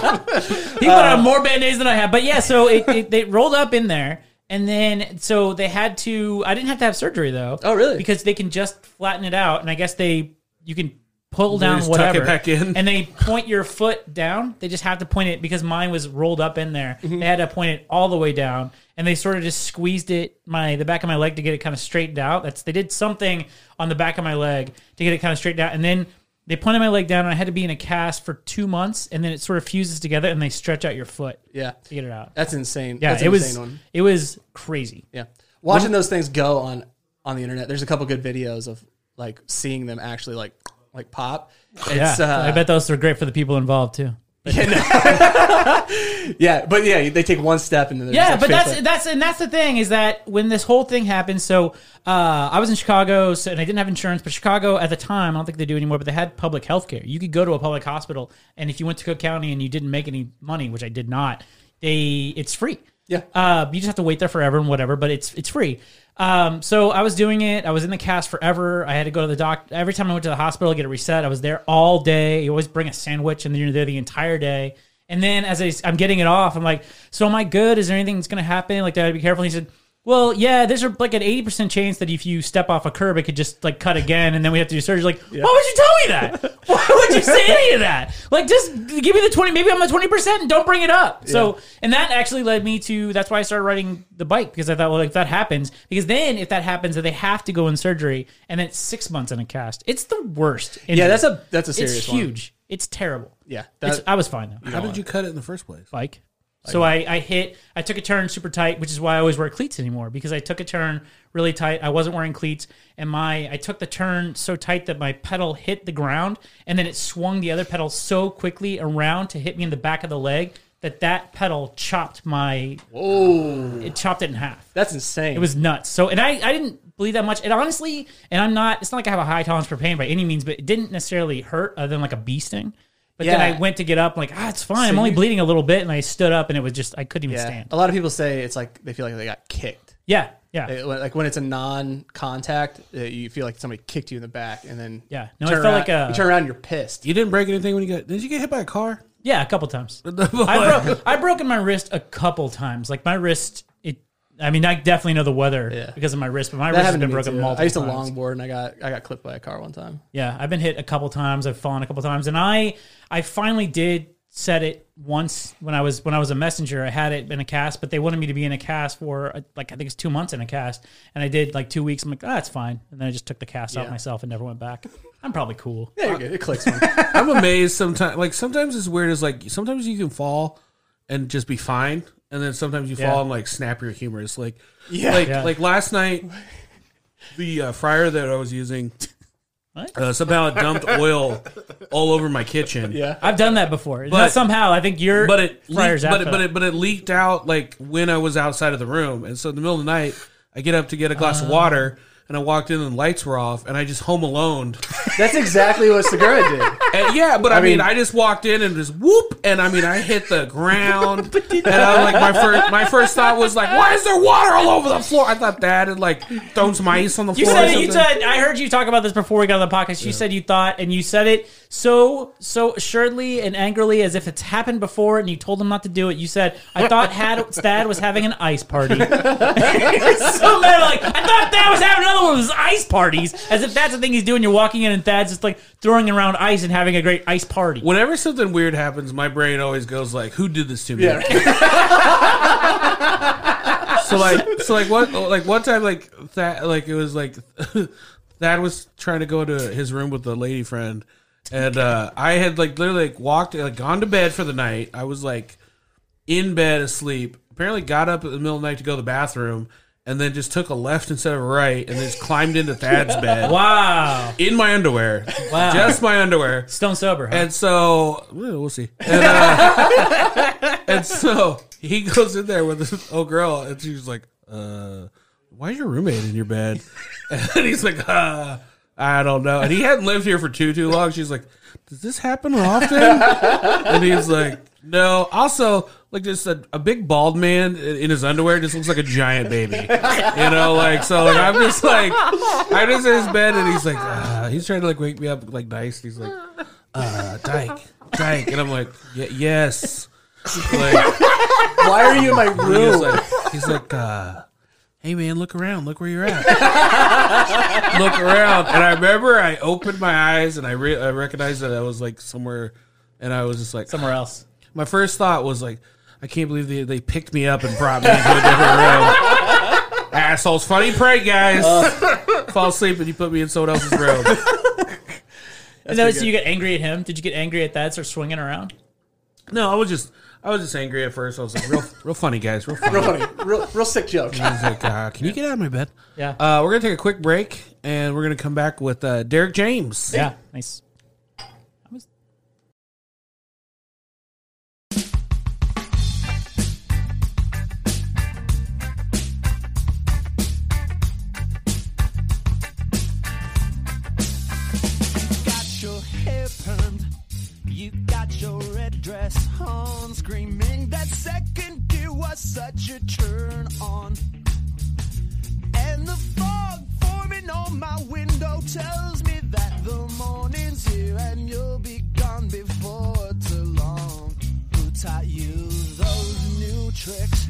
[SPEAKER 3] he put
[SPEAKER 5] uh,
[SPEAKER 3] on more band aids than I have. But yeah, so it, it they rolled up in there, and then so they had to. I didn't have to have surgery though.
[SPEAKER 6] Oh, really?
[SPEAKER 3] Because they can just flatten it out, and I guess they you can pull down
[SPEAKER 5] just tuck
[SPEAKER 3] whatever
[SPEAKER 5] it back in.
[SPEAKER 3] and they point your foot down. They just have to point it because mine was rolled up in there.
[SPEAKER 5] Mm-hmm.
[SPEAKER 3] They had to point it all the way down, and they sort of just squeezed it my the back of my leg to get it kind of straightened out. That's they did something on the back of my leg to get it kind of straightened out, and then they pointed my leg down. and I had to be in a cast for two months, and then it sort of fuses together, and they stretch out your foot
[SPEAKER 6] Yeah,
[SPEAKER 3] to get it out.
[SPEAKER 6] that's insane.
[SPEAKER 3] Yeah,
[SPEAKER 6] that's an
[SPEAKER 3] it was
[SPEAKER 6] insane one.
[SPEAKER 3] it was crazy.
[SPEAKER 6] Yeah, watching those things go on on the internet. There's a couple good videos of like seeing them actually like like pop. It's,
[SPEAKER 3] yeah,
[SPEAKER 6] uh,
[SPEAKER 3] I bet those were great for the people involved too.
[SPEAKER 6] Yeah, but yeah, they take one step and then they're
[SPEAKER 3] Yeah,
[SPEAKER 6] just,
[SPEAKER 3] but
[SPEAKER 6] like,
[SPEAKER 3] that's
[SPEAKER 6] straight
[SPEAKER 3] that's and that's the thing is that when this whole thing happened, so uh, I was in Chicago, so, and I didn't have insurance, but Chicago at the time, I don't think they do anymore, but they had public health care. You could go to a public hospital, and if you went to Cook County and you didn't make any money, which I did not, they it's free.
[SPEAKER 6] Yeah.
[SPEAKER 3] uh, you just have to wait there forever and whatever, but it's it's free. Um, so I was doing it. I was in the cast forever. I had to go to the doctor every time I went to the hospital to get a reset. I was there all day. You always bring a sandwich, and then you're there the entire day. And then as I, am getting it off, I'm like, "So am I good? Is there anything that's going to happen? Like, do I have to be careful?" And he said, well, yeah, there's a- like an 80% chance that if you step off a curb, it could just like cut again and then we have to do surgery. Like, why would you tell me that? why would you say any of that? Like, just give me the 20, maybe I'm the 20% and don't bring it up. So, and that actually led me to, that's why I started riding the bike because I thought, well, if that happens, because then if that happens, then they have to go in surgery and then it's six months in a cast. It's the worst.
[SPEAKER 6] Yeah,
[SPEAKER 3] injury.
[SPEAKER 6] that's a that's a serious
[SPEAKER 3] it's
[SPEAKER 6] one.
[SPEAKER 3] huge. It's terrible.
[SPEAKER 6] Yeah,
[SPEAKER 3] It's-
[SPEAKER 6] that-
[SPEAKER 3] I was fine though
[SPEAKER 5] How did you cut it in the first place?
[SPEAKER 3] bike. So I, I hit, I took a turn super tight, which is why I always wear cleats anymore because I took a turn really tight. I wasn't wearing cleats and my, I took the turn so tight that my pedal hit the ground and then it swung the other pedal so quickly around to hit me in the back of the leg that that pedal chopped my,
[SPEAKER 6] oh,
[SPEAKER 3] it chopped it in half.
[SPEAKER 6] that's insane.
[SPEAKER 3] It was nuts. So, and I, I didn't bleed that much. And honestly, and I'm not, it's not like I have a high tolerance for pain by any means, but it didn't necessarily hurt other than like a bee sting. But then
[SPEAKER 6] Yeah.
[SPEAKER 3] I went to get up, like, ah, it's fine. I'm only bleeding a little bit. And I stood up and it was just, I couldn't even
[SPEAKER 6] yeah.
[SPEAKER 3] stand.
[SPEAKER 6] A lot of people say it's like they feel like they got kicked.
[SPEAKER 3] Yeah. Yeah.
[SPEAKER 6] It- like when it's a non-contact, uh, you feel like somebody kicked you in the back, and then
[SPEAKER 3] Yeah. No,
[SPEAKER 6] turn
[SPEAKER 3] it felt
[SPEAKER 6] around-
[SPEAKER 3] like uh, a-
[SPEAKER 6] you turn around, and you're pissed.
[SPEAKER 5] You didn't break anything when you got. Did you get hit by a car?
[SPEAKER 3] yeah. A couple times. I broke, I broken my wrist a couple times. Like my wrist, it, I mean, I definitely know the weather
[SPEAKER 6] Yeah.
[SPEAKER 3] because of my wrist, but my wrist
[SPEAKER 6] That
[SPEAKER 3] has
[SPEAKER 6] happened to
[SPEAKER 3] been
[SPEAKER 6] me
[SPEAKER 3] broken
[SPEAKER 6] too.
[SPEAKER 3] multiple times.
[SPEAKER 6] I used to longboard, and I got I got clipped by a car one time.
[SPEAKER 3] Yeah, I've been hit a couple times. I've fallen a couple times, and I I finally did set it once when I was when I was a messenger. I had it in a cast, but they wanted me to be in a cast for uh, like I think it's two months in a cast, and I did like two weeks. I'm like, ah, that's fine, and then I just took the cast off
[SPEAKER 6] Yeah.
[SPEAKER 3] myself and never went back. I'm probably cool.
[SPEAKER 6] Yeah, you're good. It clicks. man.
[SPEAKER 5] I'm amazed sometimes. Like sometimes it's weird. Is like sometimes you can fall and just be fine, and then sometimes you
[SPEAKER 3] Yeah.
[SPEAKER 5] fall and like snap your humerus. Like
[SPEAKER 6] Yeah.
[SPEAKER 5] like
[SPEAKER 3] Yeah.
[SPEAKER 5] like last night, the uh, fryer that I was using.
[SPEAKER 3] What?
[SPEAKER 5] Uh, somehow it dumped oil all over my kitchen.
[SPEAKER 6] Yeah.
[SPEAKER 3] I've done that before.
[SPEAKER 5] But-
[SPEAKER 3] But somehow, I think you're
[SPEAKER 5] but it
[SPEAKER 3] Friar's
[SPEAKER 5] leaked, but
[SPEAKER 3] outfit.
[SPEAKER 5] it, but it but it leaked out like when I was outside of the room, and so in the middle of the night, I get up to get a glass of water, and I walked in and the lights were off, and I just home alone.
[SPEAKER 6] That's exactly what Segura did.
[SPEAKER 5] And yeah, but I, mean,
[SPEAKER 6] mean-
[SPEAKER 5] I just walked in and just whoop, and I mean, I hit the ground, and I was like, my first my first thought was like, why is there water all over the floor? I thought that had like thrown some ice on the
[SPEAKER 3] You
[SPEAKER 5] floor.
[SPEAKER 3] said
[SPEAKER 5] or
[SPEAKER 3] it, you
[SPEAKER 5] something.
[SPEAKER 3] said I heard you talk about this before we got on the podcast. You said you thought and you said it so so assuredly and angrily as if it's happened before and you told them not to do it. You said I thought had Stad was having an ice party. so mad like I thought Thad was having another one of those ice parties as if that's the thing he's doing. You're walking in and Thad's just like throwing around ice and having a great ice party.
[SPEAKER 5] Whenever something weird happens, my brain always goes like, "Who did this to me?" so like, so like what, like one time, like that, like it was like that was trying to go to his room with a lady friend, and uh, I had like literally like walked, like gone to bed for the night. I was like in bed asleep. Apparently, got up in the middle of the night to go to the bathroom. And then just took a left instead of a right, and just climbed into Thad's bed
[SPEAKER 3] Wow,
[SPEAKER 5] in my underwear,
[SPEAKER 3] Wow.
[SPEAKER 5] just my underwear.
[SPEAKER 3] stone sober. Huh?
[SPEAKER 5] And so Uh-huh. well, we'll see. And, uh, and so he goes in there with this old girl, and she's like, uh, "Why is your roommate in your bed?" And he's like, uh, "I don't know." And he hadn't lived here for too too long. She's like, "Does this happen often?" and he's like, "No." Also, like just a, a big bald man in in his underwear just looks like a giant baby, you know. Like so, like I'm just like I'm just in his bed, and he's like, uh, he's trying to like wake me up like nice. He's like uh, Dyke, Dyke. And I'm like, y- yes. Like,
[SPEAKER 6] Why are you in my
[SPEAKER 5] he's
[SPEAKER 6] room?
[SPEAKER 5] like, he's like uh, hey, man, look around. Look where you're at. look around. And I remember I opened my eyes and I, re- I recognized that I was like somewhere. And I was just like,
[SPEAKER 3] Somewhere else.
[SPEAKER 5] my first thought was like, I can't believe they, they picked me up and brought me into a different room. Assholes, funny prank, guys. Fall asleep and you put me in someone else's room.
[SPEAKER 3] And then, so you get angry at him. Did you get angry at Thad? Start swinging around.
[SPEAKER 5] No, I was just, I was just angry at first. I was like, real, real funny, guys, real funny.
[SPEAKER 6] Real funny. Real, real sick joke.
[SPEAKER 5] I was like, uh, can you get out of my bed?
[SPEAKER 3] Yeah.
[SPEAKER 5] Uh, we're going to take a quick break and we're going to come back with uh, Derek James.
[SPEAKER 3] yeah. Nice.
[SPEAKER 2] got your hair permed. You got your red dress on, screaming that second gear was such a turn on. And the fog forming on my window tells me that the morning's here and you'll be gone before too long. Who taught you those new tricks?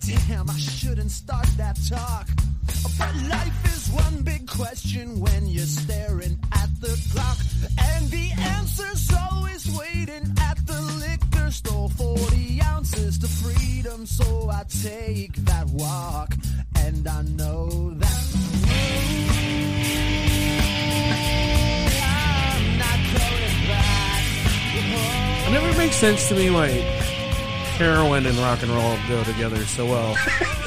[SPEAKER 7] Damn, I shouldn't start that talk. But life is one big question when you're staring at the clock. And the answer's always waiting at the liquor store. 40 ounces to freedom, so I take that walk. And I know that I'm not going back.
[SPEAKER 5] It never makes sense to me like heroin and rock and roll go together so well.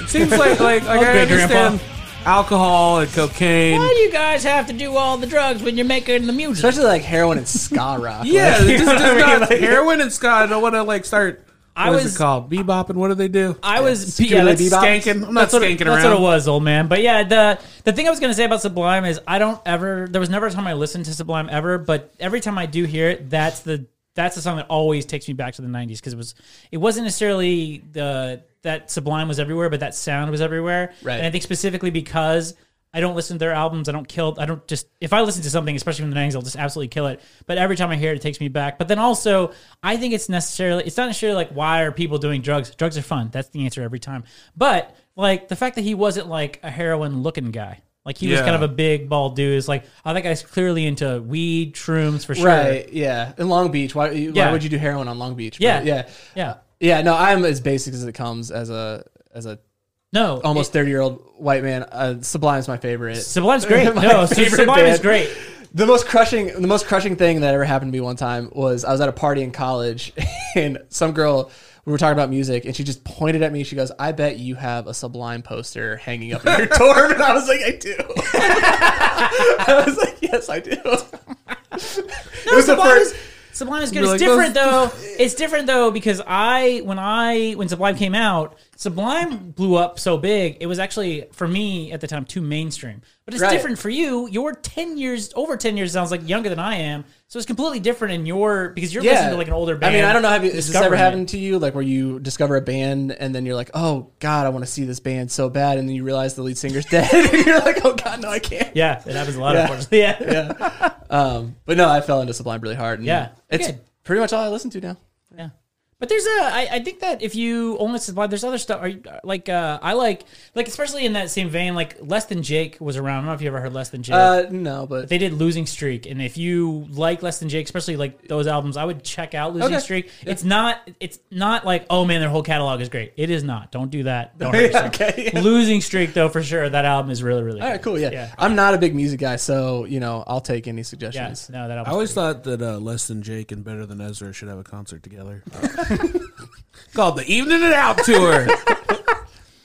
[SPEAKER 5] It seems like like, like I
[SPEAKER 3] Okay, Grandpa.
[SPEAKER 5] understand alcohol and cocaine.
[SPEAKER 3] Why do you guys have to do all the drugs when you're making the music?
[SPEAKER 6] Especially like heroin and ska rock.
[SPEAKER 5] Yeah,
[SPEAKER 6] Like,
[SPEAKER 5] it just,
[SPEAKER 6] you know what
[SPEAKER 5] just
[SPEAKER 6] I mean?
[SPEAKER 5] not
[SPEAKER 6] Like-
[SPEAKER 5] heroin and Scott. I don't want to like start.
[SPEAKER 3] I
[SPEAKER 5] What is
[SPEAKER 3] was-
[SPEAKER 5] it called bebop, and what do they do?
[SPEAKER 3] I was yeah,
[SPEAKER 6] Scooby-Doo
[SPEAKER 3] that's
[SPEAKER 6] Bebop?
[SPEAKER 5] Skanking. I'm not
[SPEAKER 3] that's what,
[SPEAKER 5] skanking
[SPEAKER 3] That's
[SPEAKER 5] around.
[SPEAKER 3] what it was, old man. But yeah, the the thing I was gonna say about Sublime is I don't ever. There was never a time I listened to Sublime ever, but every time I do hear it, that's the that's the song that always takes me back to the '90s because it was it wasn't necessarily the that Sublime was everywhere, but that sound was everywhere.
[SPEAKER 6] Right.
[SPEAKER 3] And I think specifically because. I don't listen to their albums. I don't kill. I don't just. If I listen to something, especially from the '90s, I'll just absolutely kill it. But every time I hear it, it takes me back. But then also, I think it's necessarily. It's not necessarily like why are people doing drugs? Drugs are fun. That's the answer every time. But like the fact that he wasn't like a heroin looking guy. Like he was
[SPEAKER 5] Yeah.
[SPEAKER 3] kind of a big bald dude. Is like oh, that guy's clearly into weed, shrooms for sure.
[SPEAKER 6] Right. Yeah. In Long Beach, why,
[SPEAKER 3] Yeah.
[SPEAKER 6] why would you do heroin on Long Beach? But
[SPEAKER 3] Yeah.
[SPEAKER 6] Yeah.
[SPEAKER 3] Yeah.
[SPEAKER 6] Yeah. No, I'm as basic as it comes as a as a
[SPEAKER 3] No.
[SPEAKER 6] almost
[SPEAKER 3] It,
[SPEAKER 6] thirty year old white man. Uh, Sublime's my favorite.
[SPEAKER 3] Sublime's great.
[SPEAKER 6] My
[SPEAKER 3] no. Su-
[SPEAKER 6] favorite
[SPEAKER 3] Sublime is
[SPEAKER 6] band.
[SPEAKER 3] great.
[SPEAKER 6] the most crushing the most crushing thing that ever happened to me one time was I was at a party in college and some girl we were talking about music and she just pointed at me she goes I bet you have a Sublime poster hanging up in your dorm and I was like I do I was like yes I do it was the
[SPEAKER 3] Sublime
[SPEAKER 6] first
[SPEAKER 3] is- Sublime is good.
[SPEAKER 5] You're
[SPEAKER 3] it's
[SPEAKER 5] like,
[SPEAKER 3] different though. It's different though because I when I when Sublime came out, Sublime blew up so big. It was actually for me at the time too mainstream. But it's
[SPEAKER 6] Right.
[SPEAKER 3] different for you. You're ten years over ten years sounds like younger than I am. So it's completely different in your because you're listening to like an older band.
[SPEAKER 6] I mean, I don't know. Have you, has this ever
[SPEAKER 3] discovering it.
[SPEAKER 6] happened to you? Like where you discover a band and then you're like, oh god, I want to see this band so bad, and then you realize the lead singer's dead, and you're like, oh god, no, I can't.
[SPEAKER 3] Yeah, it happens a lot. Unfortunately, yeah. yeah.
[SPEAKER 6] But no, I fell into Sublime really hard. And
[SPEAKER 3] Yeah.
[SPEAKER 6] it's
[SPEAKER 3] Good.
[SPEAKER 6] pretty much all I listen to now.
[SPEAKER 3] But there's a, I, I think that if you only supply, there's other stuff. Are you, like, uh, I like, like especially in that same vein, like Less Than Jake was around. I don't know if you ever heard Less Than Jake.
[SPEAKER 6] Uh, no, but
[SPEAKER 3] they did Losing Streak, and if you like Less Than Jake, especially like those albums, I would check out Losing
[SPEAKER 6] Okay.
[SPEAKER 3] Streak. It's not, it's not like, oh man, their whole catalog is great. It is not. Don't do that. Don't hurt yourself.
[SPEAKER 6] okay.
[SPEAKER 3] Losing Streak, though, for sure, that album is really, really.
[SPEAKER 6] All right,
[SPEAKER 3] good.
[SPEAKER 6] cool. Yeah. I'm not a big music guy, so you know I'll take any
[SPEAKER 3] Yeah,
[SPEAKER 6] suggestions.
[SPEAKER 3] no, that
[SPEAKER 5] I
[SPEAKER 3] album.
[SPEAKER 5] always thought that uh, Less Than Jake and Better Than Ezra should have a concert together. Called the Evening It Out Tour.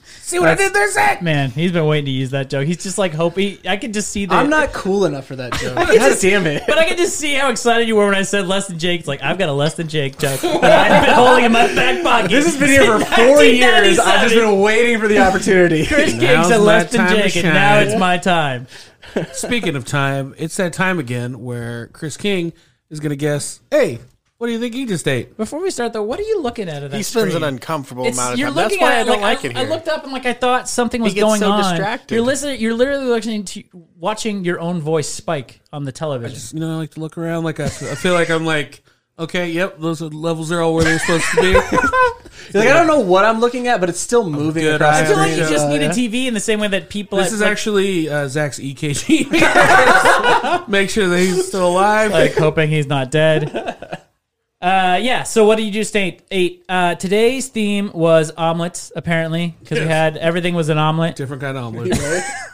[SPEAKER 5] See what I did there, Zach?
[SPEAKER 3] Man, he's been waiting to use that joke. He's just like hoping. I could just see that.
[SPEAKER 6] I'm not cool enough for that joke. God
[SPEAKER 3] just-
[SPEAKER 6] damn it!
[SPEAKER 3] But I can just see how excited you were when I said less than Jake. It's like I've got a less than Jake joke that I've been holding in my back pocket.
[SPEAKER 6] This has been here for four years. I've just
[SPEAKER 3] 1997.
[SPEAKER 6] been waiting for the opportunity.
[SPEAKER 3] Chris King
[SPEAKER 5] Now's
[SPEAKER 3] said
[SPEAKER 5] my
[SPEAKER 3] less than
[SPEAKER 5] time to
[SPEAKER 3] Jake, and now
[SPEAKER 5] shine.
[SPEAKER 3] it's my time.
[SPEAKER 5] Speaking of time, it's that time again where Chris King is going to guess, hey, what do you think you just ate?
[SPEAKER 3] Before we start, though, what are you looking at? at that
[SPEAKER 4] He spends
[SPEAKER 3] screen?
[SPEAKER 4] an uncomfortable
[SPEAKER 3] It's-
[SPEAKER 4] amount of
[SPEAKER 3] you're
[SPEAKER 4] time. That's
[SPEAKER 3] looking
[SPEAKER 4] why
[SPEAKER 3] at
[SPEAKER 4] I don't
[SPEAKER 3] like,
[SPEAKER 4] like it
[SPEAKER 3] I,
[SPEAKER 4] here.
[SPEAKER 3] looked up and like I thought something was
[SPEAKER 4] gets
[SPEAKER 3] going
[SPEAKER 4] so
[SPEAKER 3] on.
[SPEAKER 4] distracted.
[SPEAKER 3] You're listening. You're literally listening to watching your own voice spike on the television.
[SPEAKER 5] You know, I like to look around. Like I, I feel like I'm like, okay, yep, those are- levels are all where they're supposed to be.
[SPEAKER 6] You're like I don't know what I'm looking at, but it's still moving
[SPEAKER 5] good
[SPEAKER 6] across.
[SPEAKER 5] eye
[SPEAKER 6] the
[SPEAKER 3] I feel like
[SPEAKER 5] Yeah.
[SPEAKER 6] screen.
[SPEAKER 3] you just
[SPEAKER 6] Uh,
[SPEAKER 3] need
[SPEAKER 6] yeah.
[SPEAKER 3] a TV in the same way that people.
[SPEAKER 5] This
[SPEAKER 3] at-
[SPEAKER 5] is
[SPEAKER 3] like,
[SPEAKER 5] actually uh, Zach's EKG. Make sure that he's still alive.
[SPEAKER 3] like hoping he's not dead. Uh, yeah. So what did you just ate? Eight. Uh, today's theme was omelets, apparently, because we had everything was an omelet,
[SPEAKER 5] Different kind of omelet.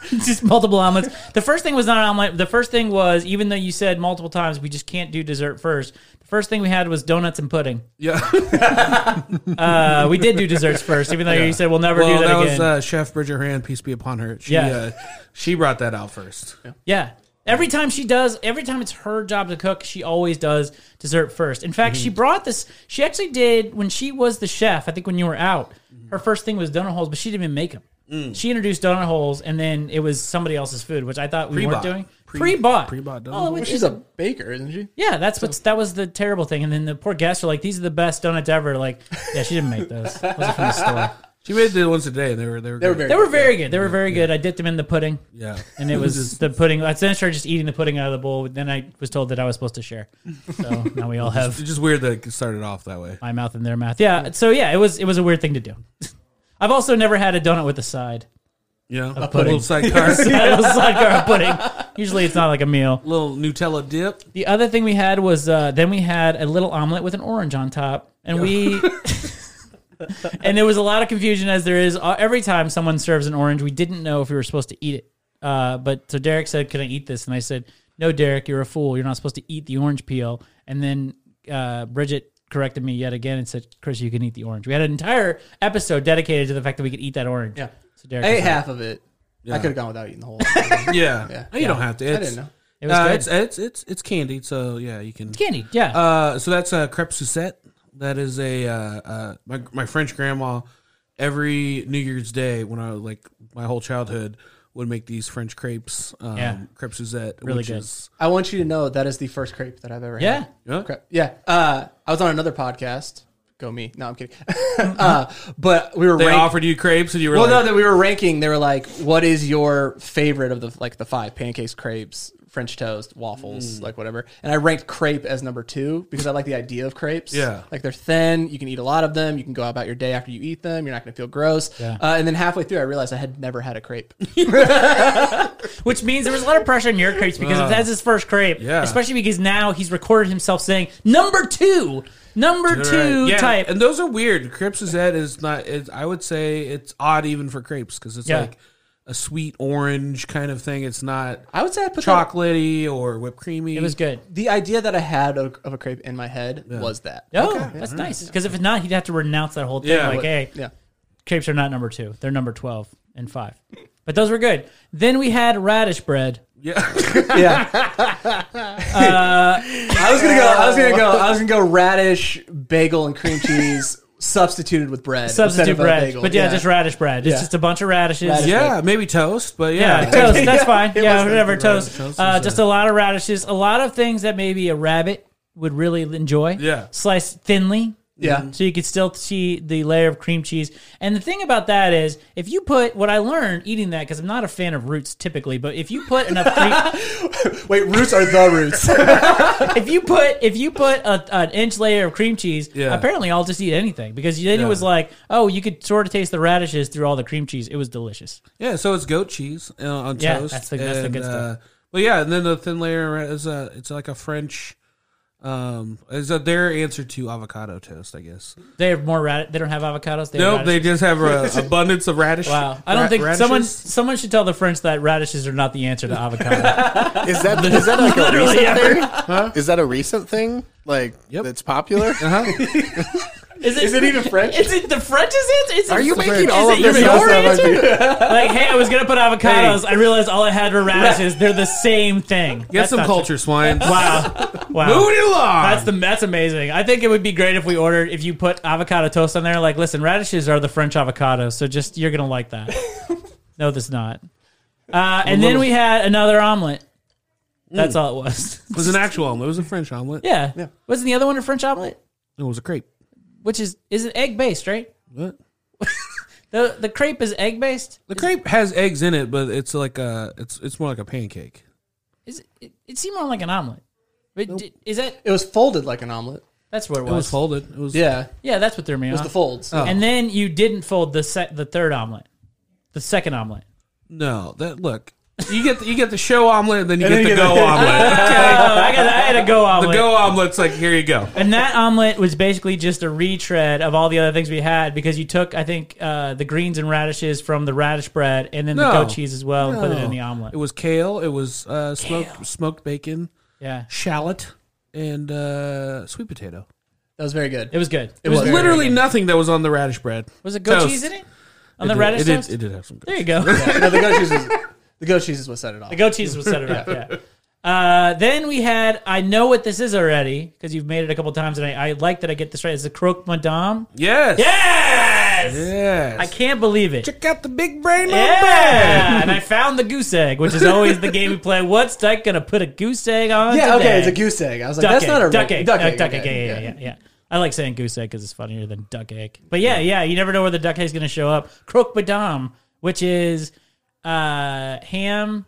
[SPEAKER 3] just multiple omelets. The first thing was not an omelet. The first thing was even though you said multiple times we just can't do dessert first. The first thing we had was donuts and pudding.
[SPEAKER 5] Yeah.
[SPEAKER 3] Uh, we did do desserts first, even though you said we'll never
[SPEAKER 5] Well,
[SPEAKER 3] do that,
[SPEAKER 5] that
[SPEAKER 3] again.
[SPEAKER 5] was uh, Chef Bridget Hand, peace be upon her. She,
[SPEAKER 3] Yeah.
[SPEAKER 5] uh, she brought that out first.
[SPEAKER 3] Yeah. Every time she does, every time it's her job to cook, she always does dessert first. In fact,
[SPEAKER 5] Mm-hmm.
[SPEAKER 3] she brought this. She actually did when she was the chef. I think when you were out,
[SPEAKER 5] Mm-hmm.
[SPEAKER 3] her first thing was donut holes, but she didn't even make them.
[SPEAKER 5] Mm.
[SPEAKER 3] She introduced donut holes, and then it was somebody else's food, which I thought we
[SPEAKER 5] Pre-bought.
[SPEAKER 3] weren't doing.
[SPEAKER 5] Pre-
[SPEAKER 3] Pre-bought,
[SPEAKER 5] pre-bought donut
[SPEAKER 3] Oh,
[SPEAKER 5] holes.
[SPEAKER 3] which
[SPEAKER 6] She's
[SPEAKER 3] is-
[SPEAKER 6] a baker, isn't she?
[SPEAKER 3] yeah, that's what's that was the terrible thing. And then the poor guests are like, "These are the best donuts ever." Like, yeah, she didn't make those. Those are from the store.
[SPEAKER 5] She made the ones today, and they were they were,
[SPEAKER 6] They were
[SPEAKER 5] good.
[SPEAKER 6] very.
[SPEAKER 3] They were very good. They were very good. I dipped them in the pudding,
[SPEAKER 5] yeah.
[SPEAKER 3] and it was the pudding. I then started just eating the pudding out of the bowl. Then I was told that I was supposed to share. So now we all have
[SPEAKER 5] It's just weird that it started off that way.
[SPEAKER 3] my mouth in their mouth. Yeah. So yeah, it was it was a weird thing to do. I've also never had a donut with a side.
[SPEAKER 5] Yeah, a
[SPEAKER 3] pudding.
[SPEAKER 5] little side car,
[SPEAKER 3] a sidecar of pudding. Usually, it's not like a meal.
[SPEAKER 5] little Nutella dip.
[SPEAKER 3] The other thing we had was uh, then we had a little omelet with an orange on top, and we and there was a lot of confusion as there is uh, every time someone serves an orange. We didn't know if we were supposed to eat it, uh, but so Derek said, "Can I eat this?" And I said, "No, Derek, you're a fool. You're not supposed to eat the orange peel." And then uh, Bridget corrected me yet again and said, "Chris, you can eat the orange." We had an entire episode dedicated to the fact that we could eat that orange.
[SPEAKER 6] Yeah.
[SPEAKER 3] So Derek,
[SPEAKER 6] I ate
[SPEAKER 3] was like,
[SPEAKER 6] half of it. I could have gone without eating the whole. thing.
[SPEAKER 5] Yeah, Oh, you
[SPEAKER 6] Yeah.
[SPEAKER 5] don't have to. It's,
[SPEAKER 6] didn't know.
[SPEAKER 3] It was
[SPEAKER 5] uh,
[SPEAKER 3] good.
[SPEAKER 5] it's it's it's it's candy, so yeah, you can.
[SPEAKER 3] candy. Yeah.
[SPEAKER 5] Uh, so that's a crepe Suzette. That is a uh, uh, my my French grandma. Every New Year's Day, when I was like my whole childhood, would make these French crepes. Um,
[SPEAKER 3] Yeah.
[SPEAKER 5] crepe Suzette,
[SPEAKER 3] Really
[SPEAKER 5] which
[SPEAKER 3] good.
[SPEAKER 5] is
[SPEAKER 6] I want you to know that is the first crepe that I've ever
[SPEAKER 3] yeah.
[SPEAKER 6] had.
[SPEAKER 5] yeah,
[SPEAKER 6] Crap. Yeah. Uh, I was on another podcast. Go me. No, I'm kidding. uh, but we were
[SPEAKER 5] They
[SPEAKER 6] rank-
[SPEAKER 5] offered you crepes, and you were
[SPEAKER 6] well,
[SPEAKER 5] like,
[SPEAKER 6] no, that we were ranking. They were like, "What is your favorite of the like the five pancakes, crepes, French toast,
[SPEAKER 3] Mm.
[SPEAKER 6] waffles, like whatever?" And I ranked crepe as number two because I like the idea of crepes.
[SPEAKER 5] Yeah.
[SPEAKER 6] like they're thin. You can eat a lot of them. You can go about your day after you eat them. You're not going to feel gross. Uh, and then halfway through, I realized I had never had a crepe.
[SPEAKER 3] Which means there was a lot of pressure on your crepes because that's his first crepe.
[SPEAKER 5] Uh, yeah.
[SPEAKER 3] Especially because now he's recorded himself saying number two, number
[SPEAKER 5] All right.
[SPEAKER 3] two
[SPEAKER 5] Yeah,
[SPEAKER 3] type.
[SPEAKER 5] And those are weird. Crepe Suzette is not. It's, I would say it's odd even for crepes because it's
[SPEAKER 3] Yeah.
[SPEAKER 5] like a sweet orange kind of thing. It's not
[SPEAKER 6] I would say I put that-
[SPEAKER 5] chocolatey or whipped creamy.
[SPEAKER 3] it was good.
[SPEAKER 6] the idea that I had of, of a crepe in my head was that.
[SPEAKER 3] Oh, that's nice. Because if it's not, he'd have to renounce that whole thing.
[SPEAKER 5] Yeah,
[SPEAKER 3] like,
[SPEAKER 5] but-
[SPEAKER 3] hey,
[SPEAKER 6] Yeah.
[SPEAKER 3] crepes are not number two; they're number twelve and five. But those were good. Then we had radish bread.
[SPEAKER 5] Yeah,
[SPEAKER 6] Yeah. I was gonna go. I was gonna go. I was gonna go radish, bagel, and cream cheese substituted with bread. instead
[SPEAKER 3] Substitute
[SPEAKER 6] of a
[SPEAKER 3] bread,
[SPEAKER 6] bagel.
[SPEAKER 3] but yeah, just radish bread. It's
[SPEAKER 6] Yeah.
[SPEAKER 3] just a bunch of radishes.
[SPEAKER 6] Radish.
[SPEAKER 5] yeah, maybe toast, but
[SPEAKER 3] Yeah,
[SPEAKER 5] yeah,
[SPEAKER 3] toast. That's fine.
[SPEAKER 6] it
[SPEAKER 3] Yeah,
[SPEAKER 6] was
[SPEAKER 3] whatever.
[SPEAKER 6] definitely
[SPEAKER 3] Toast. Uh, just a lot of radishes. A lot of things that maybe a rabbit would really enjoy.
[SPEAKER 5] Yeah.
[SPEAKER 3] Sliced thinly.
[SPEAKER 6] Yeah.
[SPEAKER 3] So you could still see the layer of cream cheese. And the thing about that is, if you put what I learned eating that, because I'm not a fan of roots typically, but if you put enough cream,
[SPEAKER 6] Wait, roots are the roots.
[SPEAKER 3] if you put if you put a, an inch layer of cream cheese,
[SPEAKER 5] Yeah.
[SPEAKER 3] apparently I'll just eat anything because then it was like, oh, you could sort of taste the radishes through all the cream cheese. It was delicious.
[SPEAKER 5] yeah. So it's goat cheese uh, on
[SPEAKER 3] Yeah,
[SPEAKER 5] toast.
[SPEAKER 3] that's the- that's the
[SPEAKER 5] and,
[SPEAKER 3] good stuff.
[SPEAKER 5] Uh, but yeah, and then the thin layer is a. It's like a French. Um, is a, their answer to avocado toast? I guess.
[SPEAKER 3] They have more rad. They don't have avocados. They have
[SPEAKER 5] Nope,
[SPEAKER 3] radishes.
[SPEAKER 5] they just have an abundance of radish.
[SPEAKER 3] Wow, I don't
[SPEAKER 5] ra-
[SPEAKER 3] think
[SPEAKER 5] radishes.
[SPEAKER 3] someone someone should tell the French that radishes are not the answer to avocado.
[SPEAKER 4] Is that is that like a
[SPEAKER 3] Literally
[SPEAKER 4] recent
[SPEAKER 3] ever.
[SPEAKER 4] thing? Is that a recent thing? Like that's popular?
[SPEAKER 5] Uh-huh.
[SPEAKER 3] Is it, is it even French? Is it the French's answer? Is it,
[SPEAKER 4] Are you
[SPEAKER 3] is
[SPEAKER 4] making all
[SPEAKER 3] it
[SPEAKER 4] of this
[SPEAKER 3] your
[SPEAKER 4] up?
[SPEAKER 3] answer? like, hey, I was gonna put avocados. I realized all I had were radishes. They're the same thing.
[SPEAKER 5] Get
[SPEAKER 3] That's
[SPEAKER 5] some
[SPEAKER 3] not
[SPEAKER 5] culture, swine.
[SPEAKER 3] true. Wow,
[SPEAKER 5] Move
[SPEAKER 3] wow.
[SPEAKER 5] it along.
[SPEAKER 3] That's the that's amazing. I think it would be great if we ordered if you put avocado toast on there. Like, listen, radishes are the French avocados, so just you're gonna like that. no, that's not. Uh, and then we had another omelet.
[SPEAKER 5] Mm.
[SPEAKER 3] That's all it was.
[SPEAKER 5] It was an actual omelet. It was a French omelet.
[SPEAKER 3] Yeah. Wasn't the other one a French omelet?
[SPEAKER 5] It was a crepe.
[SPEAKER 3] Which is is it egg based, right?
[SPEAKER 5] What?
[SPEAKER 3] The the crepe is egg based.
[SPEAKER 5] The crepe has eggs in it, but it's like a it's it's more like a pancake.
[SPEAKER 3] Is it, it, it seemed more like an omelet? But d- is that
[SPEAKER 6] it was folded like an omelet.
[SPEAKER 3] that's what it was?
[SPEAKER 5] It was folded. It was
[SPEAKER 6] Yeah, it
[SPEAKER 3] Yeah, Oh. that's what threw me
[SPEAKER 6] was
[SPEAKER 3] off.
[SPEAKER 6] the folds.
[SPEAKER 3] And then you didn't fold the se- the third omelet, the second omelet.
[SPEAKER 5] No, that look. You get the, you get the show omelet, and then you get
[SPEAKER 6] then
[SPEAKER 5] the
[SPEAKER 6] you get
[SPEAKER 5] go
[SPEAKER 6] the-
[SPEAKER 5] omelet.
[SPEAKER 3] Oh, I got I had a go
[SPEAKER 5] The
[SPEAKER 3] omelet.
[SPEAKER 5] go omelet's like here you go.
[SPEAKER 3] and that omelet was basically just a retread of all the other things we had because you took I think uh, the greens and radishes from the radish bread and then the
[SPEAKER 5] No.
[SPEAKER 3] goat cheese as well and put it in the omelet.
[SPEAKER 5] It was kale. It was uh, smoked smoked bacon,
[SPEAKER 3] yeah,
[SPEAKER 5] shallot, and uh, sweet potato.
[SPEAKER 6] That was very good.
[SPEAKER 3] it was good.
[SPEAKER 6] It
[SPEAKER 3] It
[SPEAKER 5] It
[SPEAKER 3] was,
[SPEAKER 5] was literally nothing that was on the radish bread.
[SPEAKER 3] was it goat
[SPEAKER 5] Toast.
[SPEAKER 3] cheese in it
[SPEAKER 5] It
[SPEAKER 3] on the
[SPEAKER 5] did-
[SPEAKER 3] radish
[SPEAKER 5] It did,
[SPEAKER 3] toast?
[SPEAKER 5] it did have some.
[SPEAKER 3] There you go.
[SPEAKER 6] no, the goat cheese was the goat cheese is what set it off.
[SPEAKER 3] The goat cheese was set it up. Yeah. Uh, then we had. I know what this is already because you've made it a couple times, and I, I like that I get this right. It's a croque madame.
[SPEAKER 5] Yes.
[SPEAKER 3] Yes.
[SPEAKER 5] Yes.
[SPEAKER 3] I can't believe it.
[SPEAKER 5] Check out the big brain. on the back.
[SPEAKER 3] Yeah, and I found the goose egg, which is always the game we play. What's Dyke gonna put a goose egg on?
[SPEAKER 6] yeah, okay,
[SPEAKER 3] today?
[SPEAKER 6] it's a goose egg. I was like,
[SPEAKER 3] Duck
[SPEAKER 6] that's
[SPEAKER 3] egg.
[SPEAKER 6] not a
[SPEAKER 3] duck
[SPEAKER 6] reg-
[SPEAKER 3] egg.
[SPEAKER 6] Duck
[SPEAKER 3] Uh,
[SPEAKER 6] egg.
[SPEAKER 3] duck egg.
[SPEAKER 6] okay,
[SPEAKER 3] Yeah, yeah, yeah, yeah. I like saying goose egg because it's funnier than duck egg. But yeah, yeah, you never know where the duck egg's gonna show up. Croque madame, which is uh, ham,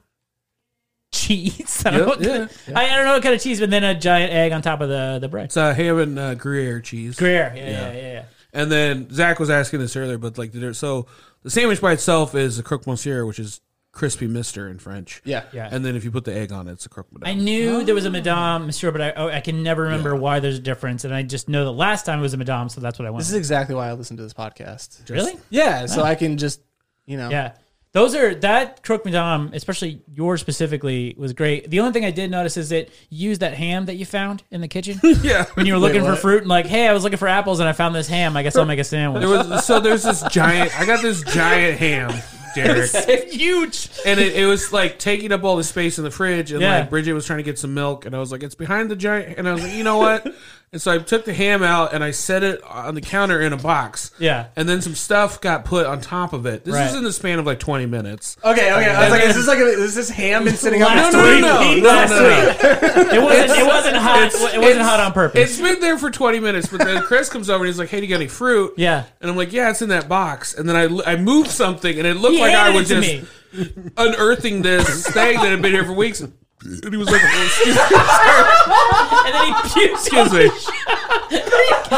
[SPEAKER 3] cheese. I don't, know what
[SPEAKER 5] Yep,
[SPEAKER 3] kind of- I, I don't know what kind of cheese, but then a giant egg on top of the the bread.
[SPEAKER 5] It's uh, ham and uh, Gruyere cheese.
[SPEAKER 3] Greer, yeah, yeah, yeah. yeah.
[SPEAKER 5] And then Zach was asking this earlier, but like, there- so the sandwich by itself is a croque monsieur, which is crispy mister in French.
[SPEAKER 6] Yeah.
[SPEAKER 3] Yeah.
[SPEAKER 5] And then if you put the egg on it, it's a croque
[SPEAKER 3] I
[SPEAKER 5] madame.
[SPEAKER 3] knew there
[SPEAKER 6] Ah.
[SPEAKER 3] was a Madame Monsieur, but I, oh, I can never remember why there's a difference. And I just know that last time it was a Madame, so that's what I
[SPEAKER 6] This
[SPEAKER 3] wanted.
[SPEAKER 6] is exactly why I listen to this podcast.
[SPEAKER 3] really?
[SPEAKER 6] Yeah, so I can just, you know.
[SPEAKER 3] Yeah. Those are that croque madame, especially yours specifically, was great. The only thing I did notice is that you used that ham that you found in the kitchen
[SPEAKER 5] Yeah.
[SPEAKER 3] when you were looking for
[SPEAKER 6] what?
[SPEAKER 3] fruit and like, hey, I was looking for apples and I found this ham. I guess I'll make a sandwich.
[SPEAKER 5] There was, so there's this giant, I got this giant ham, Derek.
[SPEAKER 3] Huge.
[SPEAKER 5] and it, it was like taking up all the space in the fridge. And
[SPEAKER 3] Yeah.
[SPEAKER 5] like Bridget was trying to get some milk, and I was like, "It's behind the giant." And I was like, "You know what?" and so I took the ham out and I set it on the counter in a box.
[SPEAKER 3] Yeah.
[SPEAKER 5] And then some stuff got put on top of it. This
[SPEAKER 3] Right.
[SPEAKER 5] is in the span of like twenty minutes.
[SPEAKER 6] Okay, okay. I was like, is this like a, is this ham been sitting on
[SPEAKER 3] Last
[SPEAKER 5] No, no,
[SPEAKER 3] week.
[SPEAKER 5] no, no,
[SPEAKER 3] last
[SPEAKER 5] no, no.
[SPEAKER 3] week. It wasn't. It wasn't hot. It wasn't
[SPEAKER 5] it's-
[SPEAKER 3] hot on purpose.
[SPEAKER 5] It's been there for twenty minutes, but then Chris comes over and he's like, "Hey, do you got any fruit?"
[SPEAKER 3] Yeah.
[SPEAKER 5] And I'm like, "Yeah, it's in that box." And then I I moved something, and it looked
[SPEAKER 3] He
[SPEAKER 5] like I
[SPEAKER 3] handed
[SPEAKER 5] was
[SPEAKER 3] it to
[SPEAKER 5] just unearthing this thing that had been here for weeks. And he was like, "Oh, "Excuse me."
[SPEAKER 3] and then he puked.
[SPEAKER 5] Excuse me.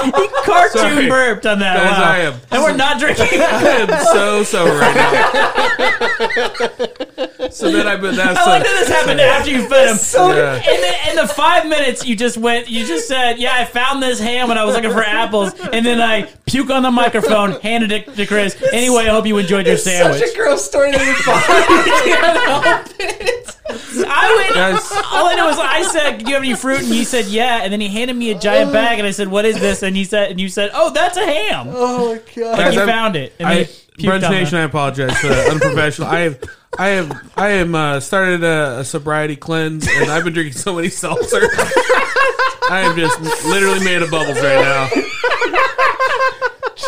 [SPEAKER 3] He cartoon
[SPEAKER 5] Sorry.
[SPEAKER 3] burped on that.
[SPEAKER 5] Guys,
[SPEAKER 3] wow.
[SPEAKER 5] I am-
[SPEAKER 3] And we're not drinking.
[SPEAKER 5] I'm so sober right now. so then I've been that's
[SPEAKER 3] I like that this happened after you fed him.
[SPEAKER 5] Yeah.
[SPEAKER 3] And then in the five minutes you just went, you just said, "Yeah, I found this ham when I was looking for apples," and then I puke on the microphone, handed it to Chris. Anyway, I hope you enjoyed your sandwich.
[SPEAKER 6] Such a gross story that we
[SPEAKER 3] I went.
[SPEAKER 5] Guys.
[SPEAKER 3] All I know is I said, "Do you have any fruit?" And you said, "Yeah," and then he handed me a giant bag, and I said, "What is this?" And he said, "And you said, oh, that's a ham." Like
[SPEAKER 6] Oh my god.
[SPEAKER 5] Guys,
[SPEAKER 3] you
[SPEAKER 5] I'm-
[SPEAKER 3] found it. And then
[SPEAKER 5] I,
[SPEAKER 3] you puked
[SPEAKER 5] Brunch
[SPEAKER 3] on
[SPEAKER 5] Nation,
[SPEAKER 3] it.
[SPEAKER 5] I apologize for that unprofessional. I have, I have, I am uh, started a, a sobriety cleanse, and I've been drinking so many seltzer. I am just literally made of bubbles right now.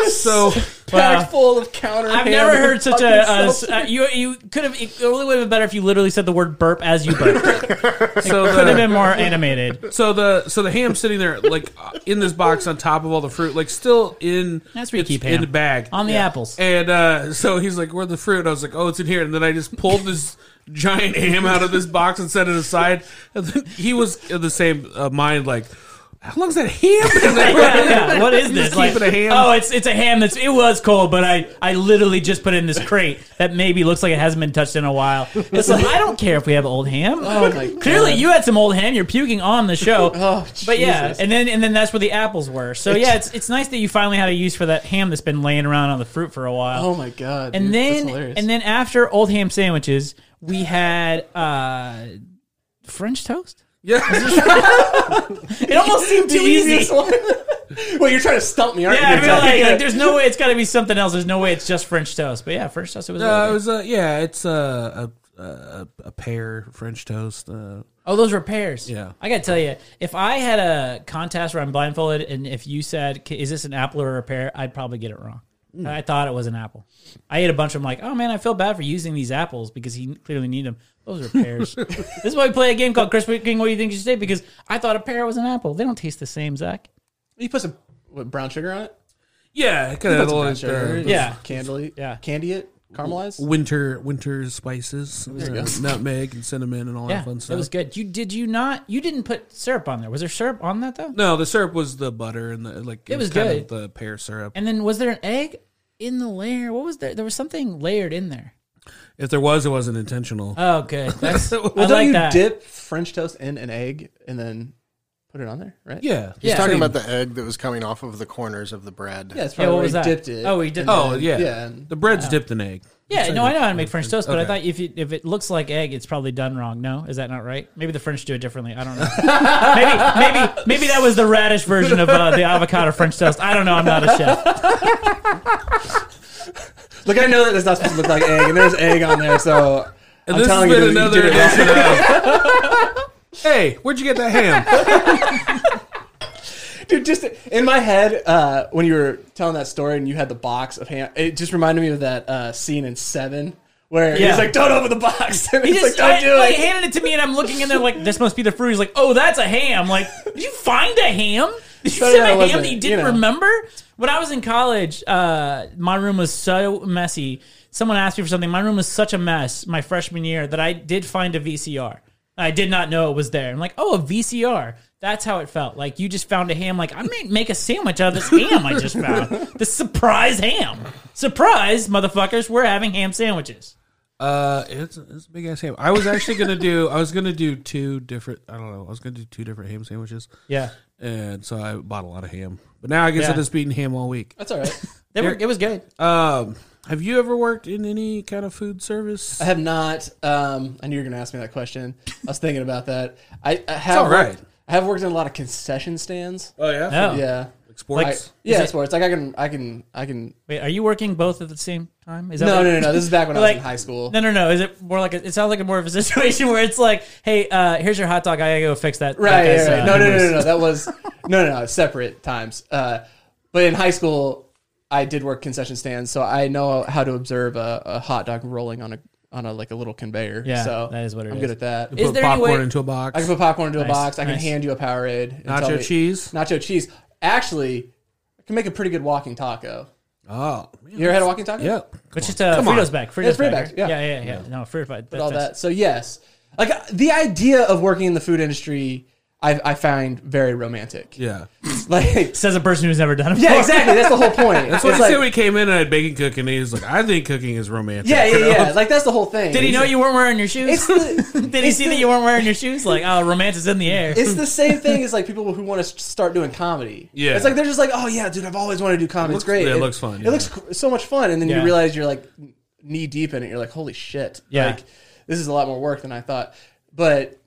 [SPEAKER 5] so
[SPEAKER 3] Wow.
[SPEAKER 6] Packed full of counter.
[SPEAKER 3] I've never heard such a. a s- uh, you you could have. It only would have been better if you literally said the word burp as you burped.
[SPEAKER 5] so
[SPEAKER 3] could have
[SPEAKER 5] the,
[SPEAKER 3] been more animated.
[SPEAKER 5] so the so the ham sitting there like uh, in this box on top of all the fruit, like still in
[SPEAKER 3] That's where you
[SPEAKER 5] it's
[SPEAKER 3] keep
[SPEAKER 5] in
[SPEAKER 3] ham.
[SPEAKER 5] the bag
[SPEAKER 3] On the apples.
[SPEAKER 5] And uh, so he's like, "Where's the fruit?" And I was like, "Oh, it's in here." And then I just pulled this giant ham out of this box and set it aside. And then he was in the same uh, mind, like, "How long's that ham been there?"
[SPEAKER 3] yeah, yeah. What is this?
[SPEAKER 5] Just keeping a ham. Uh,
[SPEAKER 3] Oh, it's it's a ham that's it was cold, but I I literally just put it in this crate that maybe looks like it hasn't been touched in a while. It's like I don't care if we have old ham.
[SPEAKER 6] Oh my god.
[SPEAKER 3] Clearly, you had some old ham. You're puking on the show.
[SPEAKER 6] Oh,
[SPEAKER 3] but yeah,
[SPEAKER 6] Jesus.
[SPEAKER 3] and then and then that's where the apples were. So yeah, it's it's nice that you finally had a use for that ham that's been laying around on the fruit for a while.
[SPEAKER 6] Oh my god.
[SPEAKER 3] and
[SPEAKER 6] dude. That's
[SPEAKER 3] then
[SPEAKER 6] hilarious.
[SPEAKER 3] and then after old ham sandwiches, we had uh French toast.
[SPEAKER 5] yeah.
[SPEAKER 3] It almost seemed too easy.
[SPEAKER 6] well, you're trying to stump me, aren't
[SPEAKER 3] Yeah,
[SPEAKER 6] you?
[SPEAKER 3] I mean, like, uh, like, there's no way it's got to be something else. There's no way it's just French toast. But yeah, French toast. It was.
[SPEAKER 5] Uh,
[SPEAKER 3] really
[SPEAKER 5] it
[SPEAKER 3] good.
[SPEAKER 5] was, uh, yeah, it's uh, a, a a pear French toast. Uh,
[SPEAKER 3] oh, those repairs.
[SPEAKER 5] Yeah.
[SPEAKER 3] I gotta tell you, if I had a contest where I'm blindfolded, and if you said, "K- "Is this an apple or a pear?" I'd probably get it wrong.
[SPEAKER 5] Hmm.
[SPEAKER 3] I thought it was an apple. I ate a bunch of them. Like, oh man, I feel bad for using these apples because he clearly need them. Those are pears. this is why we play a game called Crispy King. What do you think you should say? Because I thought a pear was an apple. They don't taste the same, Zach.
[SPEAKER 6] you put some what, brown sugar on it.
[SPEAKER 5] yeah, kind of
[SPEAKER 6] Brown sugar.
[SPEAKER 5] little uh,
[SPEAKER 3] Yeah.
[SPEAKER 6] Candy.
[SPEAKER 3] Yeah.
[SPEAKER 6] Candy it. Caramelized.
[SPEAKER 5] winter winter spices, uh, nutmeg and cinnamon and all
[SPEAKER 3] Yeah,
[SPEAKER 5] that fun
[SPEAKER 3] that
[SPEAKER 5] stuff.
[SPEAKER 3] was good. You did you not? You didn't put syrup on there. Was there syrup on that though?
[SPEAKER 5] No, the syrup was the butter and the like. It,
[SPEAKER 3] was
[SPEAKER 5] kind
[SPEAKER 3] good.
[SPEAKER 5] of the pear syrup.
[SPEAKER 3] And then was there an egg in the layer? What was there? There was something layered in there.
[SPEAKER 5] If there was, it wasn't intentional.
[SPEAKER 3] Oh, good. That's, I
[SPEAKER 6] Well, don't
[SPEAKER 3] like
[SPEAKER 6] you
[SPEAKER 3] that.
[SPEAKER 6] dip French toast in an egg and then put it on there, right?
[SPEAKER 5] yeah,
[SPEAKER 3] Yeah.
[SPEAKER 4] Talking
[SPEAKER 5] Same.
[SPEAKER 4] about the egg that was coming off of the corners of the bread.
[SPEAKER 6] Yeah, that's
[SPEAKER 3] Yeah,
[SPEAKER 6] probably
[SPEAKER 3] what
[SPEAKER 6] where
[SPEAKER 3] was
[SPEAKER 6] he
[SPEAKER 3] that?
[SPEAKER 6] dipped it.
[SPEAKER 3] Oh, we did.
[SPEAKER 5] Oh yeah,
[SPEAKER 6] Yeah, and-
[SPEAKER 5] The bread's dipped in egg.
[SPEAKER 3] yeah. No, I know how to make French toast, but I
[SPEAKER 5] Okay.
[SPEAKER 3] thought if it, if it looks like egg, it's probably done wrong. No, is that not right? Maybe the French do it differently. I don't know. maybe maybe maybe that was the radish version of uh, the avocado French toast. I don't know. I'm not a chef.
[SPEAKER 6] Look, I know that it's not supposed to look like egg, and there's egg on there, so
[SPEAKER 5] And
[SPEAKER 6] I'm
[SPEAKER 5] this has
[SPEAKER 6] telling you,
[SPEAKER 5] been
[SPEAKER 6] dude, you
[SPEAKER 5] another
[SPEAKER 6] did it wrong.
[SPEAKER 5] edition of. Hey, where'd you get that ham?
[SPEAKER 6] dude. Just in my head, uh, when you were telling that story and you had the box of ham, it just reminded me of that uh, scene in Seven where
[SPEAKER 3] Yeah.
[SPEAKER 6] he's like, "Don't open the box," and
[SPEAKER 3] He
[SPEAKER 6] he's
[SPEAKER 3] just
[SPEAKER 6] like,
[SPEAKER 3] I-
[SPEAKER 6] "Don't
[SPEAKER 3] like,
[SPEAKER 6] do it."
[SPEAKER 3] handed it to me, and I'm looking in there like this must be the fruit. He's like, oh, that's a ham. Like, did you find a ham? Did you have
[SPEAKER 6] No, no, it
[SPEAKER 3] a ham
[SPEAKER 6] wasn't,
[SPEAKER 3] that you
[SPEAKER 6] you
[SPEAKER 3] didn't
[SPEAKER 6] know.
[SPEAKER 3] remember? When I was in college, uh, my room was so messy. Someone asked me for something. My room was such a mess my freshman year that I did find a VCR. I did not know it was there. I'm like, oh, a VCR. That's how it felt. Like you just found a ham. Like I may make a sandwich out of this ham I just found. The surprise ham. Surprise, motherfuckers! We're having ham sandwiches.
[SPEAKER 5] Uh, it's, it's a big ass ham. I was actually gonna do. I was gonna do two different. I don't know. I was gonna do two different ham sandwiches,
[SPEAKER 3] Yeah,
[SPEAKER 5] and so I bought a lot of ham. But now I guess
[SPEAKER 3] Yeah.
[SPEAKER 5] I've just been eating ham all week.
[SPEAKER 6] That's all right.
[SPEAKER 3] they were, it was good.
[SPEAKER 5] Um, have you ever worked in any kind of food service?
[SPEAKER 6] I have not. Um, I knew you were going to ask me that question. I was thinking about that. I, I have.
[SPEAKER 5] all right.
[SPEAKER 6] worked- I have worked in a lot of concession stands.
[SPEAKER 5] Oh yeah,
[SPEAKER 3] No.
[SPEAKER 6] Yeah. I,
[SPEAKER 5] sports.
[SPEAKER 6] yeah,
[SPEAKER 3] it-
[SPEAKER 6] sports. Like I can, I can, I can.
[SPEAKER 3] Wait, are you working both at the same time? Is
[SPEAKER 6] No,
[SPEAKER 3] what-
[SPEAKER 6] no, no, no. This is back when I was in
[SPEAKER 3] Like-
[SPEAKER 6] high school.
[SPEAKER 3] No, no, no. Is it more like a, it sounds like a more of a situation where it's like, hey, uh, here's your hot dog. I gotta go fix that. that
[SPEAKER 6] right,
[SPEAKER 3] guy's,
[SPEAKER 6] right, right.
[SPEAKER 3] uh,
[SPEAKER 6] No, no, no,
[SPEAKER 3] hummus."
[SPEAKER 6] no, no. That was no, no, no. Separate times. Uh, but in high school, I did work concession stands, so I know how to observe a, a hot dog rolling on a on a like a little conveyor.
[SPEAKER 3] Yeah,
[SPEAKER 6] so
[SPEAKER 3] that is what it
[SPEAKER 6] I'm
[SPEAKER 3] is.
[SPEAKER 6] good at that.
[SPEAKER 3] Is
[SPEAKER 5] Put
[SPEAKER 3] there any
[SPEAKER 5] popcorn
[SPEAKER 3] way-
[SPEAKER 5] into a box.
[SPEAKER 6] I can put popcorn into
[SPEAKER 3] Nice,
[SPEAKER 6] a box. I can
[SPEAKER 3] nice.
[SPEAKER 6] hand you a Powerade. and
[SPEAKER 5] Nacho
[SPEAKER 6] tell
[SPEAKER 5] cheese?
[SPEAKER 6] Nacho cheese. Actually, I can make a pretty good walking taco.
[SPEAKER 5] oh, man.
[SPEAKER 6] You ever had a walking taco?
[SPEAKER 5] yeah.
[SPEAKER 3] But just uh,
[SPEAKER 5] on.
[SPEAKER 3] Fritos back. Fritos
[SPEAKER 6] it's Frito
[SPEAKER 3] back.
[SPEAKER 6] back,
[SPEAKER 3] Yeah.
[SPEAKER 6] yeah.
[SPEAKER 3] yeah, yeah, yeah. No, Frito back.
[SPEAKER 6] All that. So yes, like uh, the idea of working in the food industry, I, I find very romantic.
[SPEAKER 5] Yeah,
[SPEAKER 6] Like.
[SPEAKER 3] Says a person who's never done it.
[SPEAKER 6] Yeah,
[SPEAKER 3] before.
[SPEAKER 6] exactly. That's the whole point.
[SPEAKER 5] that's what I said when he came in and I had bacon cooking. He was like, "I think cooking is romantic."
[SPEAKER 6] Yeah, yeah, yeah. Like that's the whole thing.
[SPEAKER 3] Did he know you weren't wearing your shoes?
[SPEAKER 6] It's the,
[SPEAKER 3] Did he
[SPEAKER 6] it's
[SPEAKER 3] see
[SPEAKER 6] the-
[SPEAKER 3] that you weren't wearing your shoes? Like, oh, romance is in the air.
[SPEAKER 6] It's the same thing as like people who want to start doing comedy.
[SPEAKER 5] Yeah.
[SPEAKER 6] it's like they're just like, oh yeah, dude, I've always wanted to do comedy.
[SPEAKER 5] looks-
[SPEAKER 6] it's great.
[SPEAKER 5] yeah, it looks fun,
[SPEAKER 6] It
[SPEAKER 5] yeah.
[SPEAKER 6] looks cr- so much fun, and then
[SPEAKER 3] Yeah.
[SPEAKER 6] you realize you're like knee deep in it. You're like, holy shit,
[SPEAKER 3] Yeah.
[SPEAKER 6] like this is a lot more work than I thought. But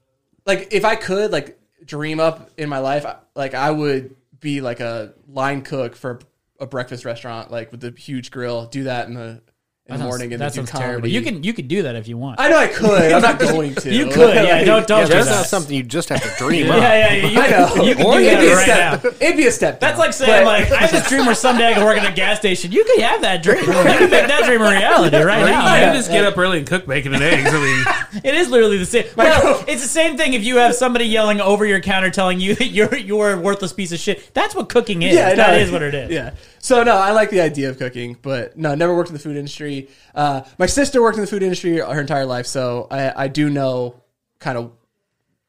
[SPEAKER 6] like, if I could like dream up in my life, I- like I would be like a line cook for a breakfast restaurant, like with the huge grill. Do that in the in the morning, and
[SPEAKER 3] that
[SPEAKER 6] then do
[SPEAKER 3] sounds
[SPEAKER 6] comedy.
[SPEAKER 3] terrible. You can you can do that if you want.
[SPEAKER 6] I know I could. I'm not going to.
[SPEAKER 3] you could, yeah.
[SPEAKER 6] Like,
[SPEAKER 3] Don't don't
[SPEAKER 4] Yeah,
[SPEAKER 3] do
[SPEAKER 4] that's
[SPEAKER 3] that.
[SPEAKER 4] not something you just have to dream up.
[SPEAKER 3] yeah, yeah, yeah. You,
[SPEAKER 6] I know.
[SPEAKER 3] You can
[SPEAKER 6] Or
[SPEAKER 3] do
[SPEAKER 6] it'd be a
[SPEAKER 3] that right
[SPEAKER 6] step.
[SPEAKER 3] now.
[SPEAKER 6] It'd be a step.
[SPEAKER 3] That's
[SPEAKER 6] down.
[SPEAKER 3] like saying,
[SPEAKER 6] But-
[SPEAKER 3] like, I have this dream where someday I can work at a gas station. You could have that dream. You could make that dream a reality right
[SPEAKER 5] Or you
[SPEAKER 3] now.
[SPEAKER 5] can
[SPEAKER 3] man.
[SPEAKER 5] just get up early and cook bacon and eggs. I mean,
[SPEAKER 3] It is literally the same. Well, it's the same thing if you have somebody yelling over your counter telling you that you're you're a worthless piece of shit. That's what cooking is.
[SPEAKER 6] yeah,
[SPEAKER 3] that
[SPEAKER 6] no.
[SPEAKER 3] is what it is.
[SPEAKER 6] Yeah. So no, I like the idea of cooking, but no, I never worked in the food industry. Uh, my sister worked in the food industry her entire life, so I, I do know kind of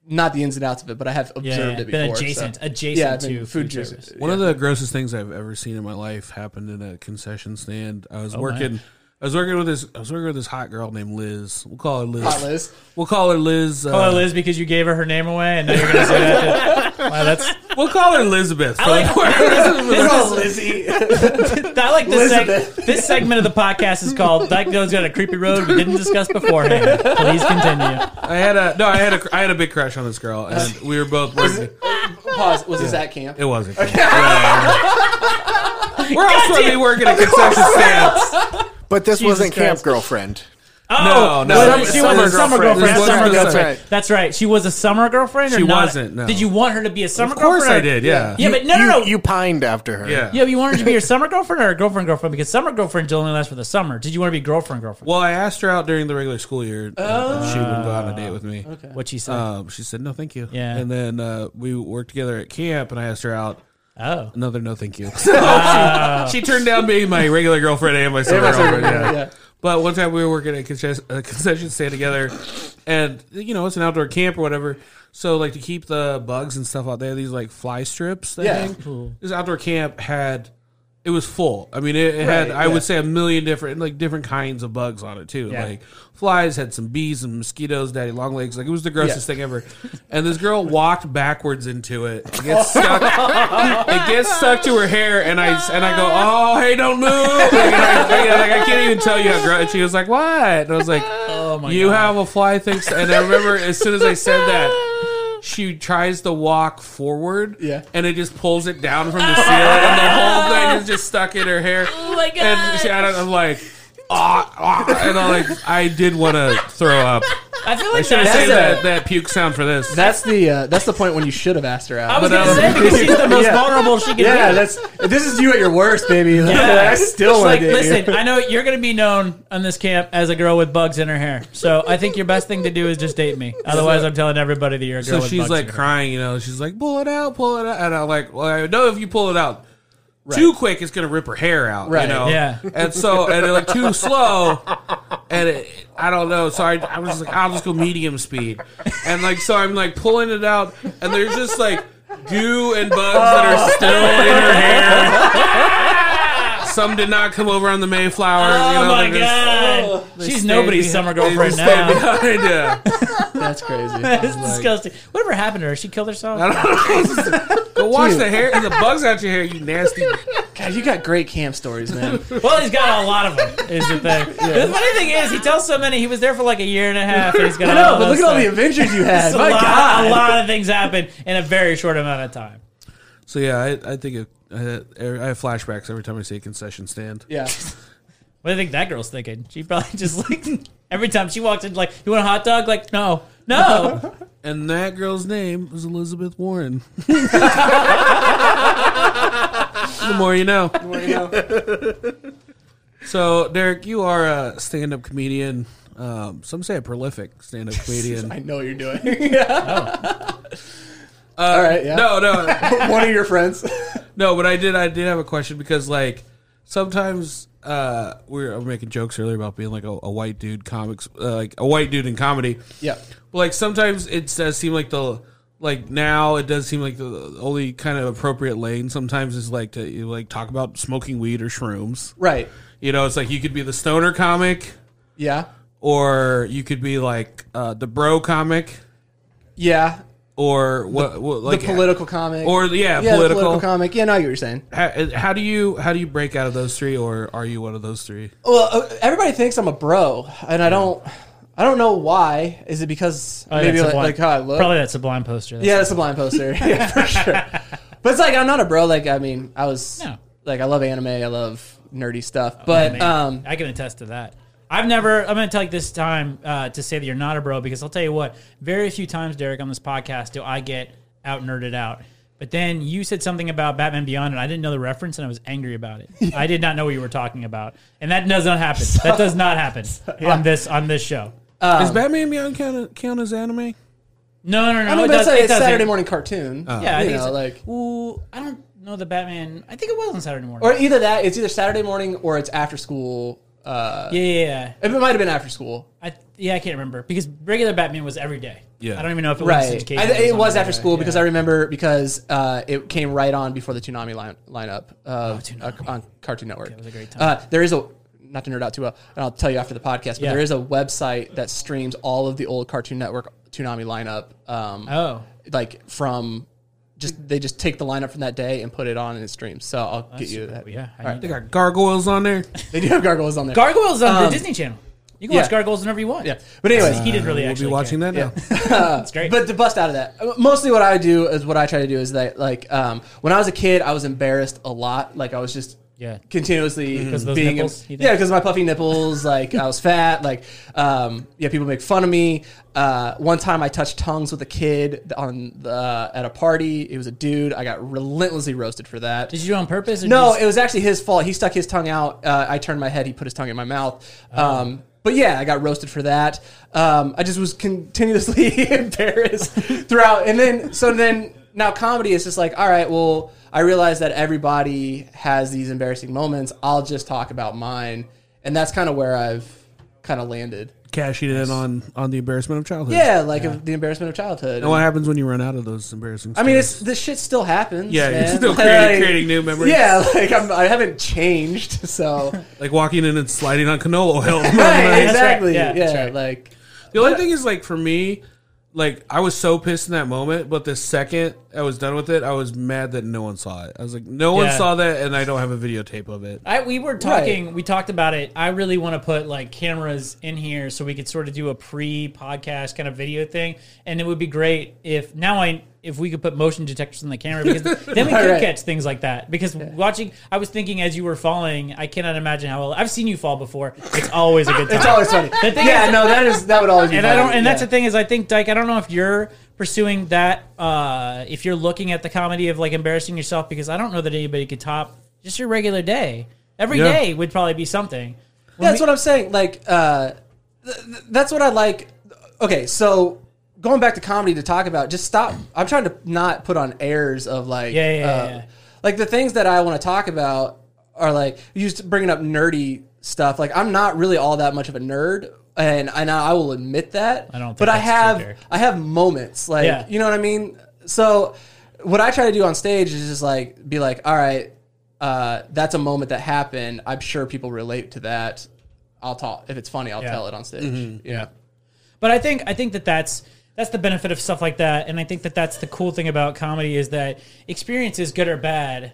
[SPEAKER 6] not the ins and outs of it, but I have
[SPEAKER 3] Yeah,
[SPEAKER 6] observed
[SPEAKER 3] yeah,
[SPEAKER 6] it before.
[SPEAKER 3] been
[SPEAKER 6] so-
[SPEAKER 3] adjacent, adjacent
[SPEAKER 6] Yeah, I've
[SPEAKER 3] to
[SPEAKER 6] been
[SPEAKER 3] food,
[SPEAKER 6] food
[SPEAKER 3] service.
[SPEAKER 6] service.
[SPEAKER 5] One of the grossest things I've ever seen in my life happened in a concession stand. I was working. I was working with this. I was working with this hot girl named Liz. We'll call her Liz.
[SPEAKER 6] Hot Liz.
[SPEAKER 5] We'll call her Liz. Uh,
[SPEAKER 3] Hello, Liz, because you gave her her name away, and now you're gonna say that. Wow, that's
[SPEAKER 5] We'll call her Elizabeth. for
[SPEAKER 3] like-
[SPEAKER 5] the word.
[SPEAKER 6] We're all Lizzie.
[SPEAKER 3] I like this. Seg-
[SPEAKER 6] Elizabeth.
[SPEAKER 3] this segment of the podcast is called "That Goes Down a Creepy Road We Didn't Discuss Beforehand." Please continue.
[SPEAKER 5] I had a no. I had a. I had a big crush on this girl, and we were both. Working.
[SPEAKER 6] Pause. Was this at camp?
[SPEAKER 5] It wasn't. Whatever. We're all supposed to be working at concession stands.
[SPEAKER 4] But this
[SPEAKER 3] Jesus
[SPEAKER 4] wasn't
[SPEAKER 3] Christ.
[SPEAKER 4] camp girlfriend.
[SPEAKER 3] Oh,
[SPEAKER 5] No, no.
[SPEAKER 3] well,
[SPEAKER 5] Summer-
[SPEAKER 3] she was a summer
[SPEAKER 5] summer
[SPEAKER 3] girlfriend.
[SPEAKER 5] girlfriend. This
[SPEAKER 3] Summer
[SPEAKER 4] wasn't-
[SPEAKER 3] girlfriend.
[SPEAKER 4] that's right.
[SPEAKER 3] That's right. She was a summer girlfriend. Or
[SPEAKER 5] She
[SPEAKER 3] not?
[SPEAKER 5] wasn't, no.
[SPEAKER 3] Did you want her to be a summer
[SPEAKER 5] Of course, I
[SPEAKER 3] girlfriend? or-
[SPEAKER 5] did. Yeah.
[SPEAKER 3] Yeah, but no,
[SPEAKER 4] you,
[SPEAKER 3] no, no.
[SPEAKER 4] You pined after her.
[SPEAKER 5] Yeah.
[SPEAKER 3] Yeah, but you wanted to be your summer girlfriend or a girlfriend girlfriend because summer girlfriend only lasts for the summer. Did you want to be girlfriend girlfriend?
[SPEAKER 5] Well, I asked her out during the regular school year. and she wouldn't go on a date with me. Oh. Okay.
[SPEAKER 3] What she said?
[SPEAKER 5] Um, she said no, thank you.
[SPEAKER 3] Yeah.
[SPEAKER 5] And then uh, we worked together at camp, and I asked her out.
[SPEAKER 3] oh,
[SPEAKER 5] Another no, thank you. So she, she turned down being my regular girlfriend and my summer girlfriend. Yeah.
[SPEAKER 6] yeah.
[SPEAKER 5] But one time we were working at a concession, a concession stand together, and you know it's an outdoor camp or whatever. So like to keep the bugs and stuff out there, these like fly strips. That
[SPEAKER 6] Yeah.
[SPEAKER 5] hang. This outdoor camp had it was full. I mean, it, it had I would say a million different like different kinds of bugs on it too.
[SPEAKER 3] Yeah.
[SPEAKER 5] Like flies had some bees and mosquitoes, daddy long legs. Like it was the grossest thing ever. And this girl walked backwards into it. It gets stuck. it gets stuck to her hair, and I and I go, oh hey, don't move. Like, and I, like I can't even tell you how gross. And she was like, what? And I was like,
[SPEAKER 3] oh my
[SPEAKER 5] you
[SPEAKER 3] god!
[SPEAKER 5] have a fly thing. And I remember as soon as I said that, she tries to walk forward.
[SPEAKER 6] Yeah.
[SPEAKER 5] And it just pulls it down from the ceiling. And the whole thing is just stuck in her hair. Oh my God. And she, I don't, I'm like, ah, ah. And I'm like, I did want to throw up.
[SPEAKER 3] I feel like
[SPEAKER 5] Should I
[SPEAKER 3] that's
[SPEAKER 5] say
[SPEAKER 3] a-
[SPEAKER 5] that, that puke sound for this?
[SPEAKER 6] That's the uh, that's the point when you should have asked her
[SPEAKER 3] I
[SPEAKER 6] out.
[SPEAKER 3] was
[SPEAKER 5] but,
[SPEAKER 3] gonna
[SPEAKER 5] um,
[SPEAKER 3] say because she's the most
[SPEAKER 6] Yeah.
[SPEAKER 3] vulnerable she can
[SPEAKER 6] yeah,
[SPEAKER 3] be.
[SPEAKER 6] that's this is you at your worst, baby.
[SPEAKER 3] Yeah.
[SPEAKER 6] I still
[SPEAKER 3] It's
[SPEAKER 6] want
[SPEAKER 3] like,
[SPEAKER 6] to date you.
[SPEAKER 3] listen, I know you're going to be known on this camp as a girl with bugs in her hair. So I think your best thing to do is just date me. Otherwise, I'm telling everybody that you're a girl
[SPEAKER 5] So
[SPEAKER 3] with
[SPEAKER 5] she's
[SPEAKER 3] bugs
[SPEAKER 5] like
[SPEAKER 3] in her
[SPEAKER 5] crying, you know. She's like, pull it out, pull it out. And I'm like, well, I know if you pull it out too quick, it's going to rip her hair out,
[SPEAKER 6] Right.
[SPEAKER 5] you know?
[SPEAKER 3] Yeah.
[SPEAKER 5] And so, and like too slow. And it, I don't know. So I, I was like, I'll just go medium speed. And like, so I'm like pulling it out, and there's just like, goo and bugs that
[SPEAKER 3] Oh.
[SPEAKER 5] are still in her hair. Some did not come over on the Mayflower. you
[SPEAKER 3] Oh
[SPEAKER 5] know,
[SPEAKER 3] my
[SPEAKER 5] they're just-
[SPEAKER 3] god, she's
[SPEAKER 5] stay
[SPEAKER 3] nobody's
[SPEAKER 5] behind-
[SPEAKER 3] summer
[SPEAKER 5] they
[SPEAKER 3] girlfriend
[SPEAKER 5] just stay
[SPEAKER 3] now.
[SPEAKER 5] behind, yeah.
[SPEAKER 6] That's crazy.
[SPEAKER 3] It's disgusting. Whatever happened to her? She killed herself.
[SPEAKER 5] Go wash the hair, the bugs out your hair, you nasty.
[SPEAKER 6] God, you got great camp stories, man.
[SPEAKER 3] Well, he's got a lot of them. Is the thing. The funny thing is, he tells so many. He was there for like a year and a half. And he's got.
[SPEAKER 6] I
[SPEAKER 3] all
[SPEAKER 6] know, but
[SPEAKER 3] those
[SPEAKER 6] look at all the
[SPEAKER 3] things.
[SPEAKER 6] adventures you had.
[SPEAKER 3] It's a
[SPEAKER 6] My
[SPEAKER 3] lot-
[SPEAKER 6] God,
[SPEAKER 3] a lot of things happen in a very short amount of time.
[SPEAKER 5] So yeah, I, I think of, I, I have flashbacks every time I see a concession stand.
[SPEAKER 6] Yeah,
[SPEAKER 3] What do you think that girl's thinking? She probably just like every time she walks in, like, "You want a hot dog?" Like, no, no.
[SPEAKER 5] And that girl's name was Elizabeth Warren. the more you know. So Derek, you are a stand-up comedian. Um, some say a prolific stand-up comedian.
[SPEAKER 6] I know what you're doing. Uh, yeah. All right. Yeah.
[SPEAKER 5] No, no.
[SPEAKER 6] One of your friends.
[SPEAKER 5] No, but I did. I did have a question because, like, sometimes uh, we were, I was making jokes earlier about being like a, a white dude comics, uh, like a white dude in comedy.
[SPEAKER 6] Yeah.
[SPEAKER 5] But like sometimes it does seem like the like now it does seem like the only kind of appropriate lane sometimes is like to you like talk about smoking weed or shrooms.
[SPEAKER 6] Right.
[SPEAKER 5] You know, it's like you could be the stoner comic
[SPEAKER 6] Yeah.
[SPEAKER 5] or you could be like uh, the bro comic
[SPEAKER 6] Yeah.
[SPEAKER 5] or what, what like
[SPEAKER 6] the political comic.
[SPEAKER 5] or yeah,
[SPEAKER 6] yeah, the
[SPEAKER 5] political.
[SPEAKER 6] political comic. Yeah, no, I get what you're saying.
[SPEAKER 5] how, how do you how do you break out of those three or are you one of those three?
[SPEAKER 6] Well, uh, everybody thinks I'm a bro, and I don't. I don't know why. Is it because
[SPEAKER 3] Oh, yeah,
[SPEAKER 6] maybe like,
[SPEAKER 3] Sublime.
[SPEAKER 6] like how I look?
[SPEAKER 3] Probably that sublime poster. That's-
[SPEAKER 6] Yeah, that's a blind poster. yeah, for sure. But it's like I'm not a bro. Like I mean, I was
[SPEAKER 3] No. Oh,
[SPEAKER 6] like I love anime. I love nerdy stuff. But
[SPEAKER 3] Man,
[SPEAKER 6] um,
[SPEAKER 3] I can attest to that. I've never. I'm going to take this time uh, to say that you're not a bro because I'll tell you what. Very few times, Derek, on this podcast, do I get out nerded out. But then you said something about Batman Beyond, and I didn't know the reference, and I was angry about it. I did not know what you were talking about, and that does not happen. that does not happen on this on this show.
[SPEAKER 5] Is
[SPEAKER 6] Um,
[SPEAKER 5] Batman Beyond count, count as anime?
[SPEAKER 3] No, no, no.
[SPEAKER 6] I mean,
[SPEAKER 3] it
[SPEAKER 6] but it's
[SPEAKER 3] does,
[SPEAKER 6] a
[SPEAKER 3] it Uh-huh. doesn't.
[SPEAKER 6] Saturday morning cartoon.
[SPEAKER 3] Yeah, I
[SPEAKER 6] you
[SPEAKER 3] think
[SPEAKER 6] know,
[SPEAKER 3] it's-
[SPEAKER 6] like
[SPEAKER 3] Ooh, I don't know the Batman. I think it was on Saturday morning.
[SPEAKER 6] or either that. It's either Saturday morning or it's after school. Uh,
[SPEAKER 3] yeah, yeah, yeah.
[SPEAKER 6] it might have been after school,
[SPEAKER 3] I, yeah, I can't remember because regular Batman was every day.
[SPEAKER 5] Yeah.
[SPEAKER 3] I don't even know if it was
[SPEAKER 6] right?
[SPEAKER 3] syndicated.
[SPEAKER 6] I,
[SPEAKER 3] or
[SPEAKER 6] it was
[SPEAKER 3] something.
[SPEAKER 6] after school because
[SPEAKER 3] Yeah.
[SPEAKER 6] I remember because uh, it came right on before the Toonami line, lineup
[SPEAKER 3] Oh,
[SPEAKER 6] uh, uh, on Cartoon Network.
[SPEAKER 3] That was a great time.
[SPEAKER 6] Uh, there is a not to nerd out too well, and I'll tell you after the podcast. But
[SPEAKER 3] Yeah.
[SPEAKER 6] there is a website that streams all of the old Cartoon Network Toonami lineup. Um,
[SPEAKER 3] Oh,
[SPEAKER 6] like from just they just take the lineup from that day and put it on and it streams. So I'll get you that.
[SPEAKER 3] yeah. I
[SPEAKER 6] All right.
[SPEAKER 3] need
[SPEAKER 5] They got gargoyles on there.
[SPEAKER 6] they do have gargoyles on there.
[SPEAKER 3] Gargoyles on the
[SPEAKER 6] Um,
[SPEAKER 3] Disney Channel. You can
[SPEAKER 6] yeah.
[SPEAKER 3] watch Gargoyles whenever you want.
[SPEAKER 6] yeah, but anyways,
[SPEAKER 3] he didn't really
[SPEAKER 5] we'll
[SPEAKER 3] actually
[SPEAKER 5] be watching
[SPEAKER 3] care.
[SPEAKER 5] that now.
[SPEAKER 3] That's great.
[SPEAKER 6] But to bust out of that, uh, mostly what I do is what I try to do is that like um, when I was a kid, I was embarrassed a lot. Like I was just
[SPEAKER 3] Yeah.
[SPEAKER 6] continuously
[SPEAKER 3] of those
[SPEAKER 6] being
[SPEAKER 3] nipples, you think?
[SPEAKER 6] yeah because my puffy nipples. like I was fat. Like um, yeah, people make fun of me. Uh, one time I touched tongues with a kid on the, at a party. It was a dude. I got relentlessly roasted for that.
[SPEAKER 3] did you do it on purpose? Or
[SPEAKER 6] No,
[SPEAKER 3] did
[SPEAKER 6] it was actually his fault. He stuck his tongue out. Uh, I turned my head. He put his tongue in my mouth.
[SPEAKER 5] Oh.
[SPEAKER 6] Um, but yeah, I got roasted for that. Um, I just was continuously embarrassed throughout. And then, so then now comedy is just like, all right, well, I realize that everybody has these embarrassing moments. I'll just talk about mine. And that's kind of where I've kind of landed.
[SPEAKER 5] Cashing in on on the embarrassment of childhood.
[SPEAKER 6] Yeah, like Of the embarrassment of childhood.
[SPEAKER 5] And what happens when you run out of those embarrassing?
[SPEAKER 6] I mean,
[SPEAKER 5] stories?
[SPEAKER 6] it's this shit still happens.
[SPEAKER 5] Yeah, you're
[SPEAKER 6] man.
[SPEAKER 5] still creating- creating new memories.
[SPEAKER 6] Yeah, like I'm, I haven't changed, so
[SPEAKER 5] like walking in and sliding on canola oil.
[SPEAKER 6] right,
[SPEAKER 3] That's right.
[SPEAKER 6] exactly.
[SPEAKER 3] Yeah, that's
[SPEAKER 6] Yeah,
[SPEAKER 3] right.
[SPEAKER 6] like
[SPEAKER 5] the only thing is, like for me, like I was so pissed in that moment, but the second I was done with it, I was mad that no one saw it. I was like, no one
[SPEAKER 3] Yeah.
[SPEAKER 5] saw that, and I don't have a videotape of it.
[SPEAKER 3] I, we were talking. We talked about it. I really want to put like cameras in here so we could sort of do a pre-podcast kind of video thing, and it would be great if now I if we could put motion detectors on the camera because then we
[SPEAKER 6] Right,
[SPEAKER 3] could
[SPEAKER 6] right.
[SPEAKER 3] catch things like that. Because watching, I was thinking as you were falling, I cannot imagine how I've seen you fall before. It's always a good time.
[SPEAKER 6] it's always funny.
[SPEAKER 3] thing
[SPEAKER 6] yeah,
[SPEAKER 3] is-
[SPEAKER 6] no, that is that would always be.
[SPEAKER 3] and I
[SPEAKER 6] funny.
[SPEAKER 3] don't. And that's
[SPEAKER 6] yeah.
[SPEAKER 3] the thing is, I think Dyke. I don't know if you're pursuing that. Uh, if you're looking at the comedy of like embarrassing yourself, because I don't know that anybody could top just your regular day. Every day
[SPEAKER 5] Yeah.
[SPEAKER 3] would probably be something.
[SPEAKER 6] That's what I'm saying. Like, uh, th- th- that's what I like. Okay, so going back to comedy to talk about, just stop. I'm trying to not put on airs of like,
[SPEAKER 3] Yeah, yeah,
[SPEAKER 6] uh,
[SPEAKER 3] yeah.
[SPEAKER 6] like the things that I want to talk about are like you just bringing up nerdy stuff. Like, I'm not really all that much of a nerd. And and I will admit that. I
[SPEAKER 3] don't think
[SPEAKER 6] but I
[SPEAKER 3] that's true,
[SPEAKER 6] have
[SPEAKER 3] Derek.
[SPEAKER 6] I have moments like
[SPEAKER 3] Yeah.
[SPEAKER 6] you know what I mean. So what I try to do on stage is just like be like, all right, uh, that's a moment that happened. I'm sure people relate to that. I'll talk if it's funny. I'll tell it on stage. Yeah.
[SPEAKER 3] But I think I think that that's that's the benefit of stuff like that, and I think that that's the cool thing about comedy is that experiences, good or bad,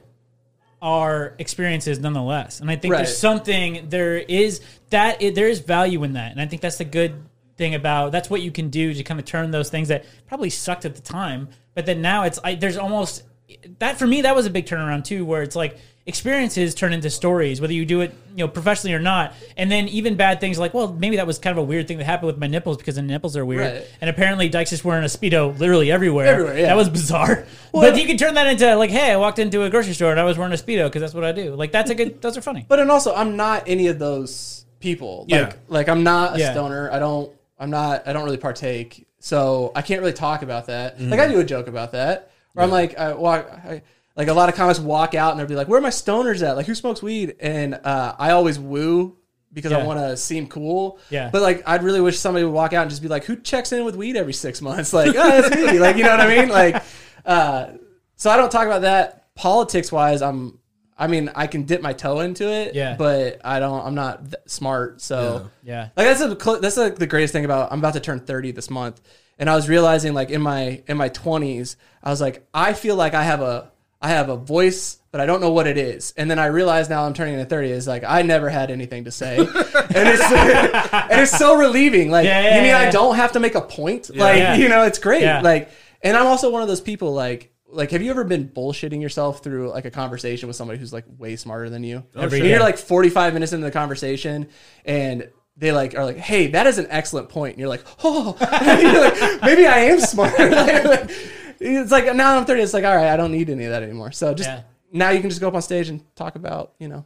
[SPEAKER 3] are experiences nonetheless. And I think
[SPEAKER 6] Right.
[SPEAKER 3] there's something there is that it, there is value in that, and I think that's the good thing about that's what you can do to kind of turn those things that probably sucked at the time, but then now it's I, there's almost that for me that was a big turnaround too, where it's like experiences turn into stories whether you do it you know professionally or not and then even bad things like well maybe that was kind of a weird thing that happened with my nipples because the nipples are weird
[SPEAKER 6] Right.
[SPEAKER 3] and apparently Dykes is wearing a speedo literally everywhere.
[SPEAKER 6] Everywhere, yeah.
[SPEAKER 3] That was bizarre. but you can turn that into like, hey, I walked into a grocery store and I was wearing a speedo because that's what I do. Like that's a good. Those are funny.
[SPEAKER 6] But and also, I'm not any of those people. Like,
[SPEAKER 5] Yeah.
[SPEAKER 6] Like I'm not a
[SPEAKER 3] Yeah.
[SPEAKER 6] stoner. I don't. I'm not. I don't really partake. So I can't really talk about that.
[SPEAKER 3] Mm-hmm.
[SPEAKER 6] Like I do a joke about that. Or I'm like, I walk. I, like a lot of comics walk out and they'll be like, "Where are my stoners at? Like who smokes weed?" And uh, I always woo because I
[SPEAKER 3] Yeah.
[SPEAKER 6] want to seem cool.
[SPEAKER 3] Yeah.
[SPEAKER 6] But like, I'd really wish somebody would walk out and just be like, "Who checks in with weed every six months?" Like, oh, that's me. Like you know what I mean? Like, uh, so I don't talk about that politics wise. I'm, I mean, I can dip my toe into it,
[SPEAKER 3] Yeah.
[SPEAKER 6] But I don't. I'm not th- smart, so
[SPEAKER 3] Yeah.
[SPEAKER 6] Like that's a, cl- that's like the greatest thing about. I'm about to turn 30 this month, and I was realizing like in my in my 20s, I was like, I feel like I have a I have a voice, but I don't know what it is. And then I realized now I'm turning into 30 is like I never had anything to say, and it's and it's so relieving. Like
[SPEAKER 3] Yeah, yeah,
[SPEAKER 6] you mean
[SPEAKER 3] yeah,
[SPEAKER 6] I
[SPEAKER 3] yeah.
[SPEAKER 6] don't have to make a point? Like
[SPEAKER 3] Yeah.
[SPEAKER 6] you know, it's great.
[SPEAKER 3] Yeah.
[SPEAKER 6] Like, and I'm also one of those people like. Like, have you ever been bullshitting yourself through like a conversation with somebody who's like way smarter than you?
[SPEAKER 3] Every
[SPEAKER 6] And You're
[SPEAKER 3] day.
[SPEAKER 6] like 45 minutes into the conversation, and they like are like, "Hey, that is an excellent point." And you're like, "Oh, You're like, maybe I am smart." Like, like, it's like now I'm 30. It's like, all right, I don't need any of that anymore. So just
[SPEAKER 3] Yeah.
[SPEAKER 6] now you can just go up on stage and talk about you know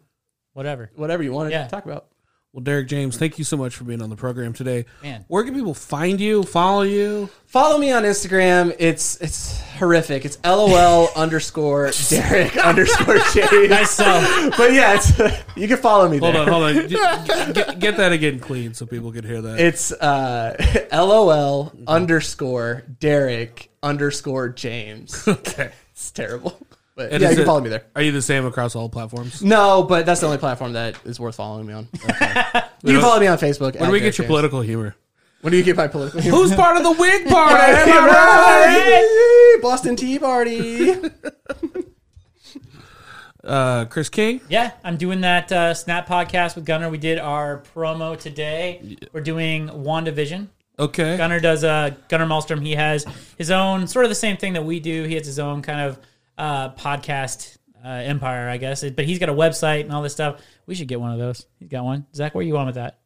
[SPEAKER 3] Whatever.
[SPEAKER 6] whatever you want to
[SPEAKER 3] Yeah.
[SPEAKER 6] talk about.
[SPEAKER 5] Well, Derek James, thank you so much for being on the program today.
[SPEAKER 3] Man.
[SPEAKER 5] Where can people find you, follow you?
[SPEAKER 6] Follow me on Instagram. It's it's horrific. It's lol underscore Derek underscore James.
[SPEAKER 3] So
[SPEAKER 6] But yeah, it's, you can follow me.
[SPEAKER 5] Hold
[SPEAKER 6] there.
[SPEAKER 5] on, hold on. Get, get- get that again clean so people can hear that.
[SPEAKER 6] It's uh, LOL underscore Derek underscore James.
[SPEAKER 5] okay.
[SPEAKER 6] It's terrible. But
[SPEAKER 5] And
[SPEAKER 6] yeah, you
[SPEAKER 5] is
[SPEAKER 6] can
[SPEAKER 5] it-
[SPEAKER 6] follow me there.
[SPEAKER 5] Are you the same across all platforms?
[SPEAKER 6] No, but that's the only platform that is worth following me on. you
[SPEAKER 5] don't-
[SPEAKER 6] can follow me on Facebook.
[SPEAKER 5] Where do we get your political humor?
[SPEAKER 6] When do you get my political?
[SPEAKER 5] Who's part of the Whig Party? Am I right?
[SPEAKER 6] Hooray! Boston Tea Party.
[SPEAKER 5] Uh, Chris King.
[SPEAKER 3] yeah, I'm doing that uh, Snap podcast with Gunner. We did our promo today. We're doing Wandavision.
[SPEAKER 5] Okay.
[SPEAKER 3] Gunner does uh, Gunner Malmstrom. He has his own sort of the same thing that we do. He has his own kind of uh, podcast uh, empire, I guess. But he's got a website and all this stuff. We should get one of those. He's got one. Zach, where you on with that?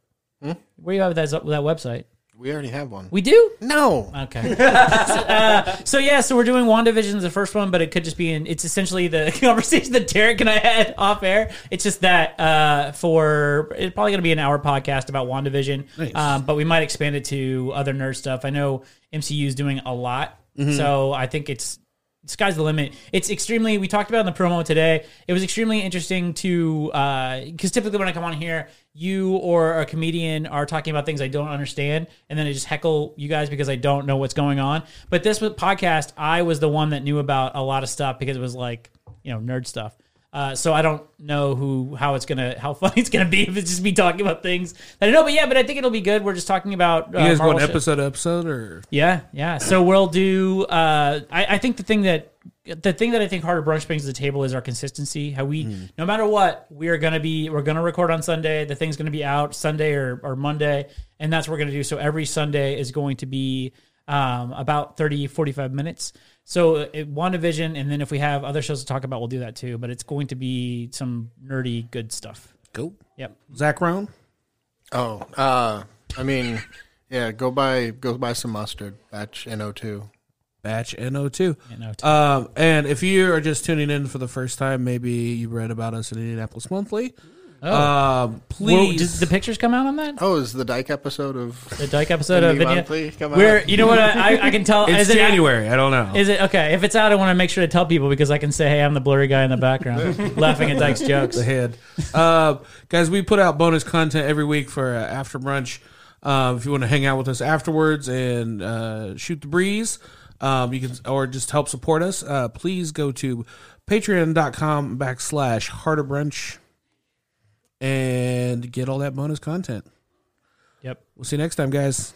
[SPEAKER 3] Where you at with that, with that website?
[SPEAKER 4] We already have one.
[SPEAKER 3] We do.
[SPEAKER 4] no.
[SPEAKER 3] Okay. Uh, so yeah, so we're doing WandaVision is the first one, but it could just be in. It's essentially the conversation that Derek and I had off air. It's just that uh, for it's probably going to be an hour podcast about WandaVision, um, but we might expand it to other nerd stuff. I know MCU is doing a lot, so I think it's sky's the limit. It's extremely. We talked about it in the promo today. It was extremely interesting to because typically when I come on here, you or a comedian are talking about things I don't understand, and then I just heckle you guys because I don't know what's going on. But this was- podcast, I was the one that knew about a lot of stuff because it was like you know nerd stuff. Uh, so I don't know who how it's gonna how funny it's gonna be if it's just me talking about things that I know. But yeah, but I think it'll be good. We're just talking about uh,
[SPEAKER 5] You guys
[SPEAKER 3] Marvel
[SPEAKER 5] want
[SPEAKER 3] shit.
[SPEAKER 5] episode to episode or
[SPEAKER 3] Yeah, yeah. So we'll do. Uh, I, I think the thing that the thing that I think Harder Brunch brings to the table is our consistency. How we, no matter what, we are gonna be we're gonna record on Sunday. The thing's gonna be out Sunday or or Monday, and that's what we're gonna do. So every Sunday is going to be um, about 30, 45 minutes. So uh, it, WandaVision, and then if we have other shows to talk about, we'll do that too. But it's going to be some nerdy good stuff.
[SPEAKER 5] go?
[SPEAKER 3] Yep.
[SPEAKER 5] Zach Round.
[SPEAKER 4] Oh, uh, I mean, yeah. Go buy go buy some mustard. Batch NO2.
[SPEAKER 5] Batch NO2.
[SPEAKER 3] NO2.
[SPEAKER 5] Um, and if you are just tuning in for the first time, maybe you read about us in Indianapolis Monthly. Um,
[SPEAKER 3] Oh. Well,
[SPEAKER 5] please.
[SPEAKER 3] did the pictures come out on that?
[SPEAKER 4] Oh, is the Dyke episode of?
[SPEAKER 3] The Dyke episode of
[SPEAKER 4] Indie
[SPEAKER 3] Vinny-
[SPEAKER 4] Monthly come
[SPEAKER 3] Where
[SPEAKER 4] out?
[SPEAKER 3] you know what I, I, I can tell
[SPEAKER 5] it's
[SPEAKER 3] is it-
[SPEAKER 5] January. I don't know.
[SPEAKER 3] Is it okay? If it's out, I want to make sure to tell people because I can say, "Hey, I'm the blurry guy in the background, laughing at Dyke's jokes."
[SPEAKER 5] the head. Uh, guys, we put out bonus content every week for uh, after brunch. Uh, if you want to hang out with us afterwards and uh, shoot the breeze, um, you can or just help support us, uh, please go to patreon.com backslash harder brunch and get all that bonus content.
[SPEAKER 3] Yep.
[SPEAKER 5] We'll see you next time, guys.